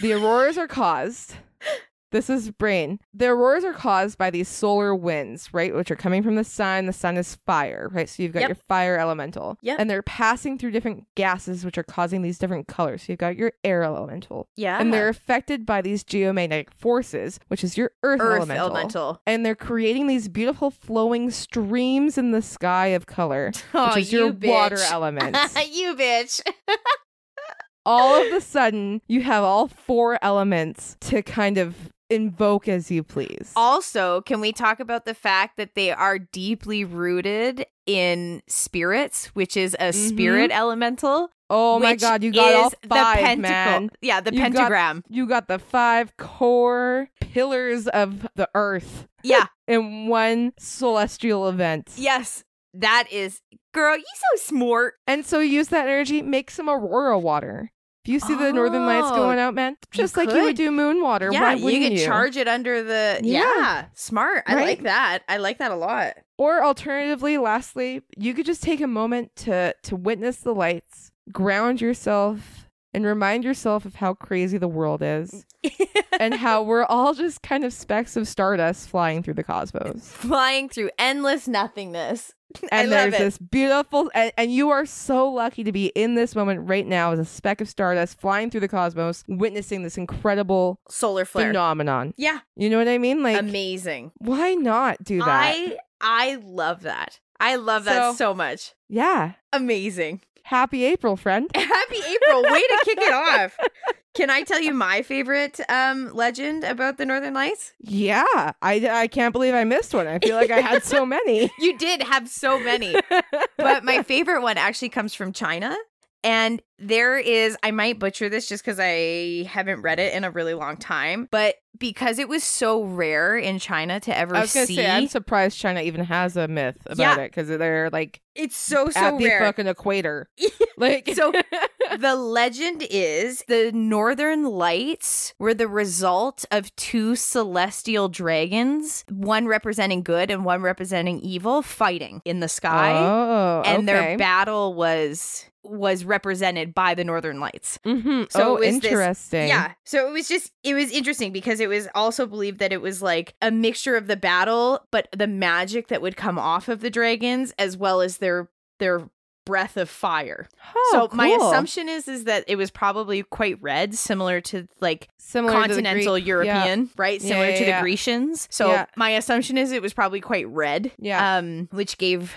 S2: the auroras are caused. This is brain. The auroras are caused by these solar winds, right? Which are coming from the sun. The sun is fire, right? So you've got
S3: Yep.
S2: your fire elemental.
S3: Yep.
S2: And they're passing through different gases, which are causing these different colors. So you've got your air elemental.
S3: Yeah.
S2: And they're affected by these geomagnetic forces, which is your earth,
S3: earth
S2: elemental.
S3: elemental.
S2: And they're creating these beautiful flowing streams in the sky of color, which is your
S3: [LAUGHS]
S2: water element.
S3: Oh, you bitch.
S2: all of a sudden, you have all four elements to kind of invoke as you please.
S3: Also, can we talk about the fact that they are deeply rooted in spirits, which is a spirit elemental?
S2: Mm-hmm. oh my
S3: which
S2: god, you got all
S3: is
S2: five,
S3: the pentacle.
S2: man.
S3: Yeah, the
S2: You got- [LAUGHS]
S3: pentagram.
S2: You got the five core pillars of the earth
S3: yeah,
S2: in one celestial event.
S3: yes. That is girl, you so smart.
S2: And so use that energy, make some aurora water. If you see the northern lights
S3: Oh,
S2: going out, man,
S3: you
S2: just like you would
S3: could.
S2: do moon water,
S3: yeah,
S2: why
S3: you
S2: wouldn't
S3: could
S2: you?
S3: charge it under the
S2: Yeah.
S3: yeah. smart. I
S2: Right?
S3: like that. I like that a lot. [LAUGHS]
S2: Or alternatively, lastly, you could just take a moment to to witness the lights, ground yourself, and remind yourself of how crazy the
S3: [LAUGHS]
S2: world is and how we're all just kind of specks of stardust flying through the cosmos.
S3: Flying through endless nothingness. [LAUGHS] I
S2: And
S3: love
S2: there's
S3: it.
S2: this beautiful and, and you are so lucky to be in this moment right now as a speck of stardust flying through the cosmos, witnessing this incredible
S3: Solar flare.
S2: phenomenon.
S3: Yeah,
S2: You know what I mean? Like
S3: amazing.
S2: why not do that?
S3: I I love that. I love that
S2: So-
S3: so much.
S2: yeah.
S3: Amazing.
S2: Happy April, friend.
S3: Happy April. Way to kick it off. Can I tell you my favorite um legend about the Northern Lights?
S2: Yeah, I, I can't believe I missed one. I feel like I had
S3: [LAUGHS]
S2: so many.
S3: You did have so many. but
S2: [LAUGHS]
S3: my favorite one actually comes from China. And there is, I might butcher this just because I haven't read it in a really long time, but because it was so rare in China to ever
S2: I was gonna
S3: see,
S2: say I'm surprised China even has a myth about it because they're like
S3: it's so, so
S2: at the
S3: rare. [LAUGHS]
S2: fucking equator.
S3: Yeah.
S2: Like [LAUGHS]
S3: So the legend is the northern lights were the result of two celestial dragons, one representing good and one representing evil, fighting in the sky.
S2: oh,
S3: and
S2: okay.
S3: their battle was was represented by the northern lights.
S2: Mhm.
S3: So
S2: oh,
S3: is this-
S2: interesting.
S3: Yeah. So it was just it was interesting because it was also believed that it was like a mixture of the battle but the magic that would come off of the dragons as well as their their breath of fire
S2: Oh,
S3: so my
S2: cool.
S3: assumption is is that it was probably quite red, similar to like
S2: similar to the Greek-
S3: continental European, right?
S2: Yeah,
S3: Similar
S2: yeah,
S3: to the
S2: yeah.
S3: Grecians. So
S2: Yeah.
S3: my assumption is it was probably quite red.
S2: Yeah.
S3: Um, which gave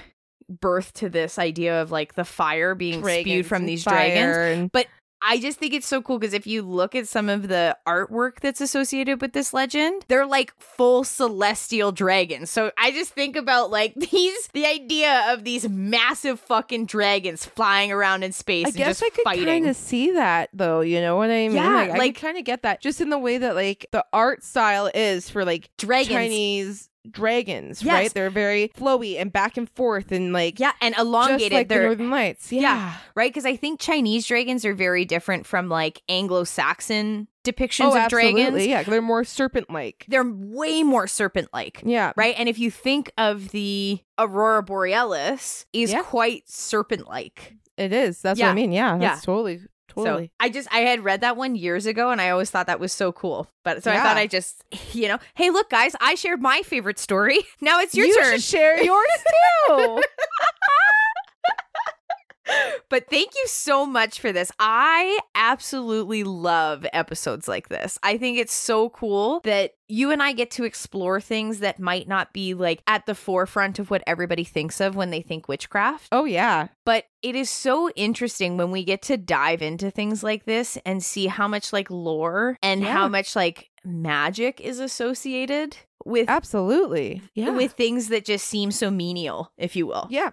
S3: birth to this idea of like the fire being spewed
S2: dragons
S3: from
S2: and
S3: these
S2: fire
S3: dragons.
S2: and-
S3: I just think it's so cool because if you look at some of the artwork that's associated with this legend, they're like full celestial dragons. So I just think about like [LAUGHS] these, the idea of these massive fucking dragons flying around in space.
S2: I guess
S3: and just
S2: I could
S3: fighting.
S2: kind of see that though. You know what I mean?
S3: Yeah,
S2: like, I
S3: like-
S2: kind of get that just in the way that like the art style is for like
S3: dragons.
S2: Chinese dragons,
S3: Yes.
S2: right? They're very flowy and back and forth and like
S3: Yeah, and elongated.
S2: just like the
S3: they're
S2: Northern Lights. Yeah.
S3: right because I think Chinese dragons are very different from like Anglo-Saxon depictions
S2: Oh,
S3: of
S2: absolutely.
S3: dragons.
S2: Yeah, they're more serpent-like.
S3: They're way more serpent-like.
S2: Yeah.
S3: Right. And if you think of the Aurora Borealis is
S2: Yeah.
S3: quite serpent like.
S2: It is. That's what I
S3: Yeah.
S2: mean. Yeah.
S3: Yeah.
S2: That's totally
S3: So
S2: totally.
S3: I just I had read that one years ago and I always thought that was so cool. But so I
S2: Yeah.
S3: thought I just [LAUGHS] you know, hey look guys, I shared my favorite story. [LAUGHS] Now it's your
S2: you
S3: turn. [LAUGHS]
S2: should share yours too.
S3: But thank you so much for this. I absolutely love episodes like this. I think it's so cool that you and I get to explore things that might not be like at the forefront of what everybody thinks of when they think witchcraft.
S2: oh yeah.
S3: But it is so interesting when we get to dive into things like this and see how much like lore and
S2: Yeah.
S3: how much like magic is associated with
S2: Absolutely. Yeah.
S3: with things that just seem so menial, if you will.
S2: yeah.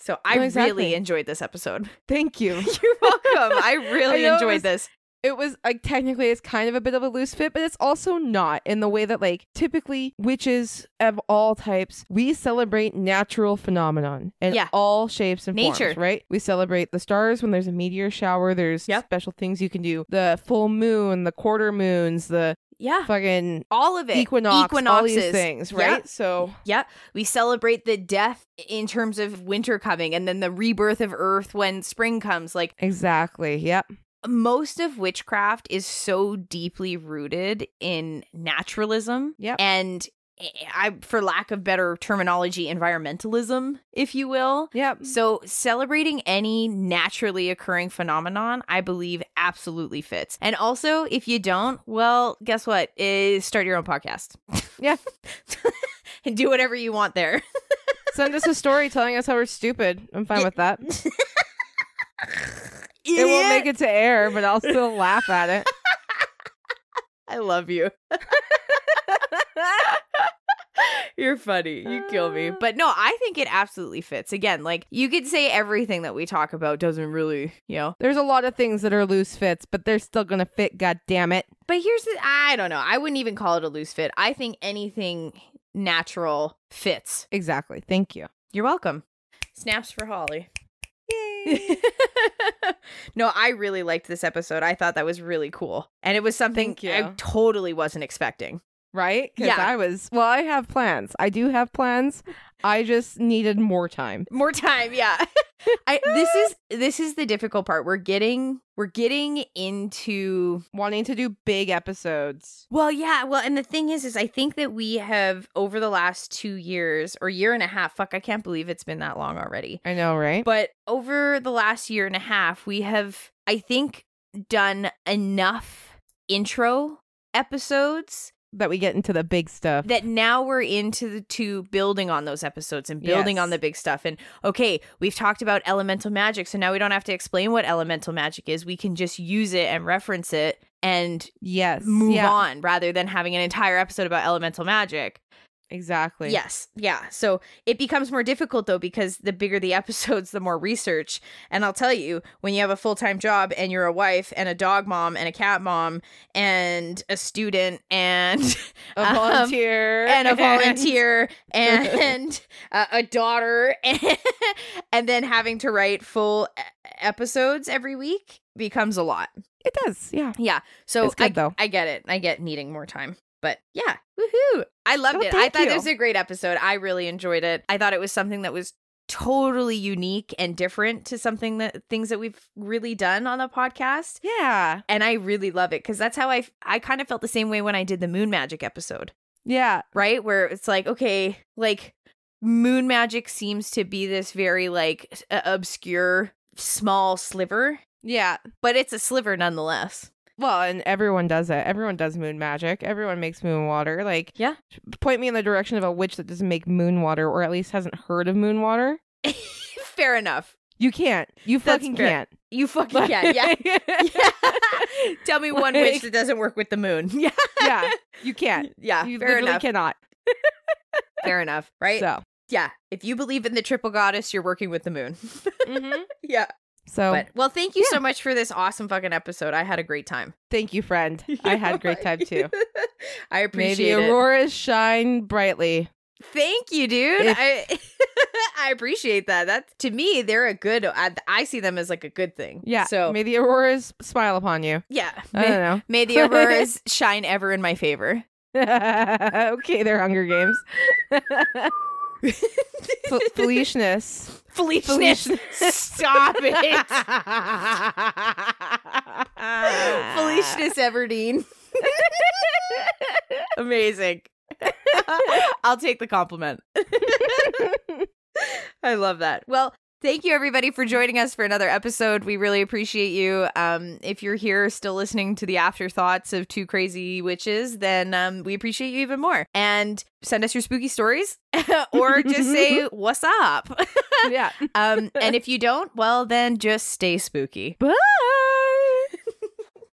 S3: So I
S2: No, exactly.
S3: really enjoyed this
S2: [LAUGHS]
S3: episode. [LAUGHS]
S2: Thank you.
S3: You're welcome. I really
S2: I know it
S3: enjoyed
S2: was-
S3: this.
S2: it was like technically it's kind of a bit of a loose fit, but it's also not in the way that like typically witches of all types we celebrate natural phenomenon in
S3: Yeah.
S2: all shapes and
S3: Nature.
S2: forms, right? We celebrate the stars when there's a meteor shower. There's
S3: Yep.
S2: special things you can do: the full moon, the quarter moons, the
S3: Yeah.
S2: fucking
S3: All of it.
S2: equinox, all these
S3: Equinoxes.
S2: things,
S3: Yeah.
S2: right? So
S3: Yeah. We celebrate the death in terms of winter coming and then the rebirth of earth when spring comes. Like
S2: exactly, yep,
S3: most of witchcraft is so deeply rooted in naturalism
S2: Yep.
S3: and eh, I for lack of better terminology environmentalism if you will.
S2: yep.
S3: So celebrating any naturally occurring phenomenon I believe absolutely fits. And also if you don't, well, guess what? Is start your own podcast. [LAUGHS]
S2: Yeah.
S3: and do whatever you want there.
S2: Send us a story telling us how we're stupid. I'm fine
S3: [LAUGHS]
S2: with that. It won't make it to air, but I'll still laugh at it.
S3: I love you. [LAUGHS] You're funny. You kill me. But no, I think it absolutely fits. Again, like you could say everything that we talk about doesn't really, you know.
S2: There's a lot of things that are loose fits, but they're still gonna fit. God damn it!
S3: But here's the I don't know. I wouldn't even call it a loose fit. I think anything natural fits.
S2: Exactly. Thank you.
S3: You're welcome. Snaps for Holly. [LAUGHS] no, I really liked this episode. I thought that was really cool. And it was something
S2: Thank you.
S3: I totally wasn't expecting.
S2: right? 'Cause
S3: Yeah.
S2: I was. Well, I have plans. I do have plans. I just needed more time.
S3: More time, yeah. [LAUGHS] I this is this is the difficult part. We're getting we're getting into
S2: Wanting to do big episodes.
S3: Well, yeah. Well, and the thing is, is I think that we have over the last two years or year and a half. Fuck, I can't believe it's been that long already.
S2: I know, right?
S3: But over the last year and a half, we have, I think, done enough intro episodes
S2: that we get into the big stuff.
S3: that now we're into the to building on those episodes and building
S2: Yes.
S3: on the big stuff. And okay, we've talked about elemental magic, so now we don't have to explain what elemental magic is. We can just use it and reference it and
S2: yes.
S3: move
S2: yeah,
S3: on rather than having an entire episode about elemental magic.
S2: Exactly.
S3: Yes. Yeah. So it becomes more difficult though because the bigger the [LAUGHS] episodes, the more research. And I'll tell you, when you have a full time job and you're a wife and a dog mom and a cat mom and a student and
S2: A
S3: Um, [LAUGHS]
S2: volunteer. [LAUGHS]
S3: and a volunteer and [LAUGHS] uh, a daughter [LAUGHS] and, and then having to write full e- episodes every week becomes a lot.
S2: It does. Yeah.
S3: Yeah. So
S2: It's good,
S3: I,
S2: though.
S3: I get it. I get needing more time. But yeah, woohoo. I loved
S2: Well,
S3: it. I
S2: Oh, thank
S3: thought
S2: you.
S3: this was a great episode. I really enjoyed it. I thought it was something that was totally unique and different to something that things that we've really done on the podcast.
S2: Yeah.
S3: And I really love it because that's how I I kind of felt the same way when I did the moon magic episode,
S2: Yeah.
S3: right? Where it's like, okay, like moon magic seems to be this very like s- uh, obscure small sliver,
S2: Yeah.
S3: but it's a sliver nonetheless. [LAUGHS]
S2: Well, and everyone does it. Everyone does moon magic. Everyone makes moon water. Like,
S3: Yeah.
S2: Point me in the direction of a witch that doesn't make moon water, or at least hasn't heard of moon water.
S3: Fair enough.
S2: You can't. You
S3: That's
S2: fucking
S3: fair.
S2: can't.
S3: You fucking can, [LAUGHS]
S2: [LAUGHS]
S3: yeah. yeah. Tell me one wish
S2: Like-
S3: that doesn't work with the moon. Yeah.
S2: [LAUGHS]
S3: [LAUGHS]
S2: yeah. You can't.
S3: Yeah.
S2: you
S3: fair
S2: literally
S3: enough.
S2: cannot.
S3: Fair enough. Right?
S2: So.
S3: Yeah. If you believe in the triple goddess, you're working with the moon. [LAUGHS]
S2: mhm.
S3: yeah.
S2: [LAUGHS] So
S3: Mm-hmm. But well, thank you so much for this awesome fucking episode. I had a great time.
S2: thank you,
S3: [LAUGHS]
S2: friend. [LAUGHS] I had a great time too.
S3: I
S2: May
S3: appreciate
S2: the
S3: it.
S2: auroras shine brightly.
S3: Thank you, dude.
S2: If-
S3: I [LAUGHS] I appreciate that. That's to me, they're a good I, I see them as like a good thing.
S2: Yeah.
S3: So
S2: may uh, the auroras smile upon you.
S3: yeah.
S2: I don't
S3: May,
S2: know.
S3: may
S2: [LAUGHS]
S3: the auroras shine ever in my favor.
S2: [LAUGHS] okay, they're
S3: [LAUGHS]
S2: Hunger Games. Fel- Felishness.
S3: Foolishness. [LAUGHS] Stop it. Felicitas Everdeen. [LAUGHS] Amazing. [LAUGHS] I'll take the compliment. [LAUGHS] I love that. Well, thank you everybody for joining us for another episode. We really appreciate you. Um, if you're here still listening to the afterthoughts of two crazy witches, then um, we appreciate you even more. And send us your spooky stories [LAUGHS] or just say what's up.
S2: yeah.
S3: Um, and if you don't, well, then just stay spooky.
S2: Bye.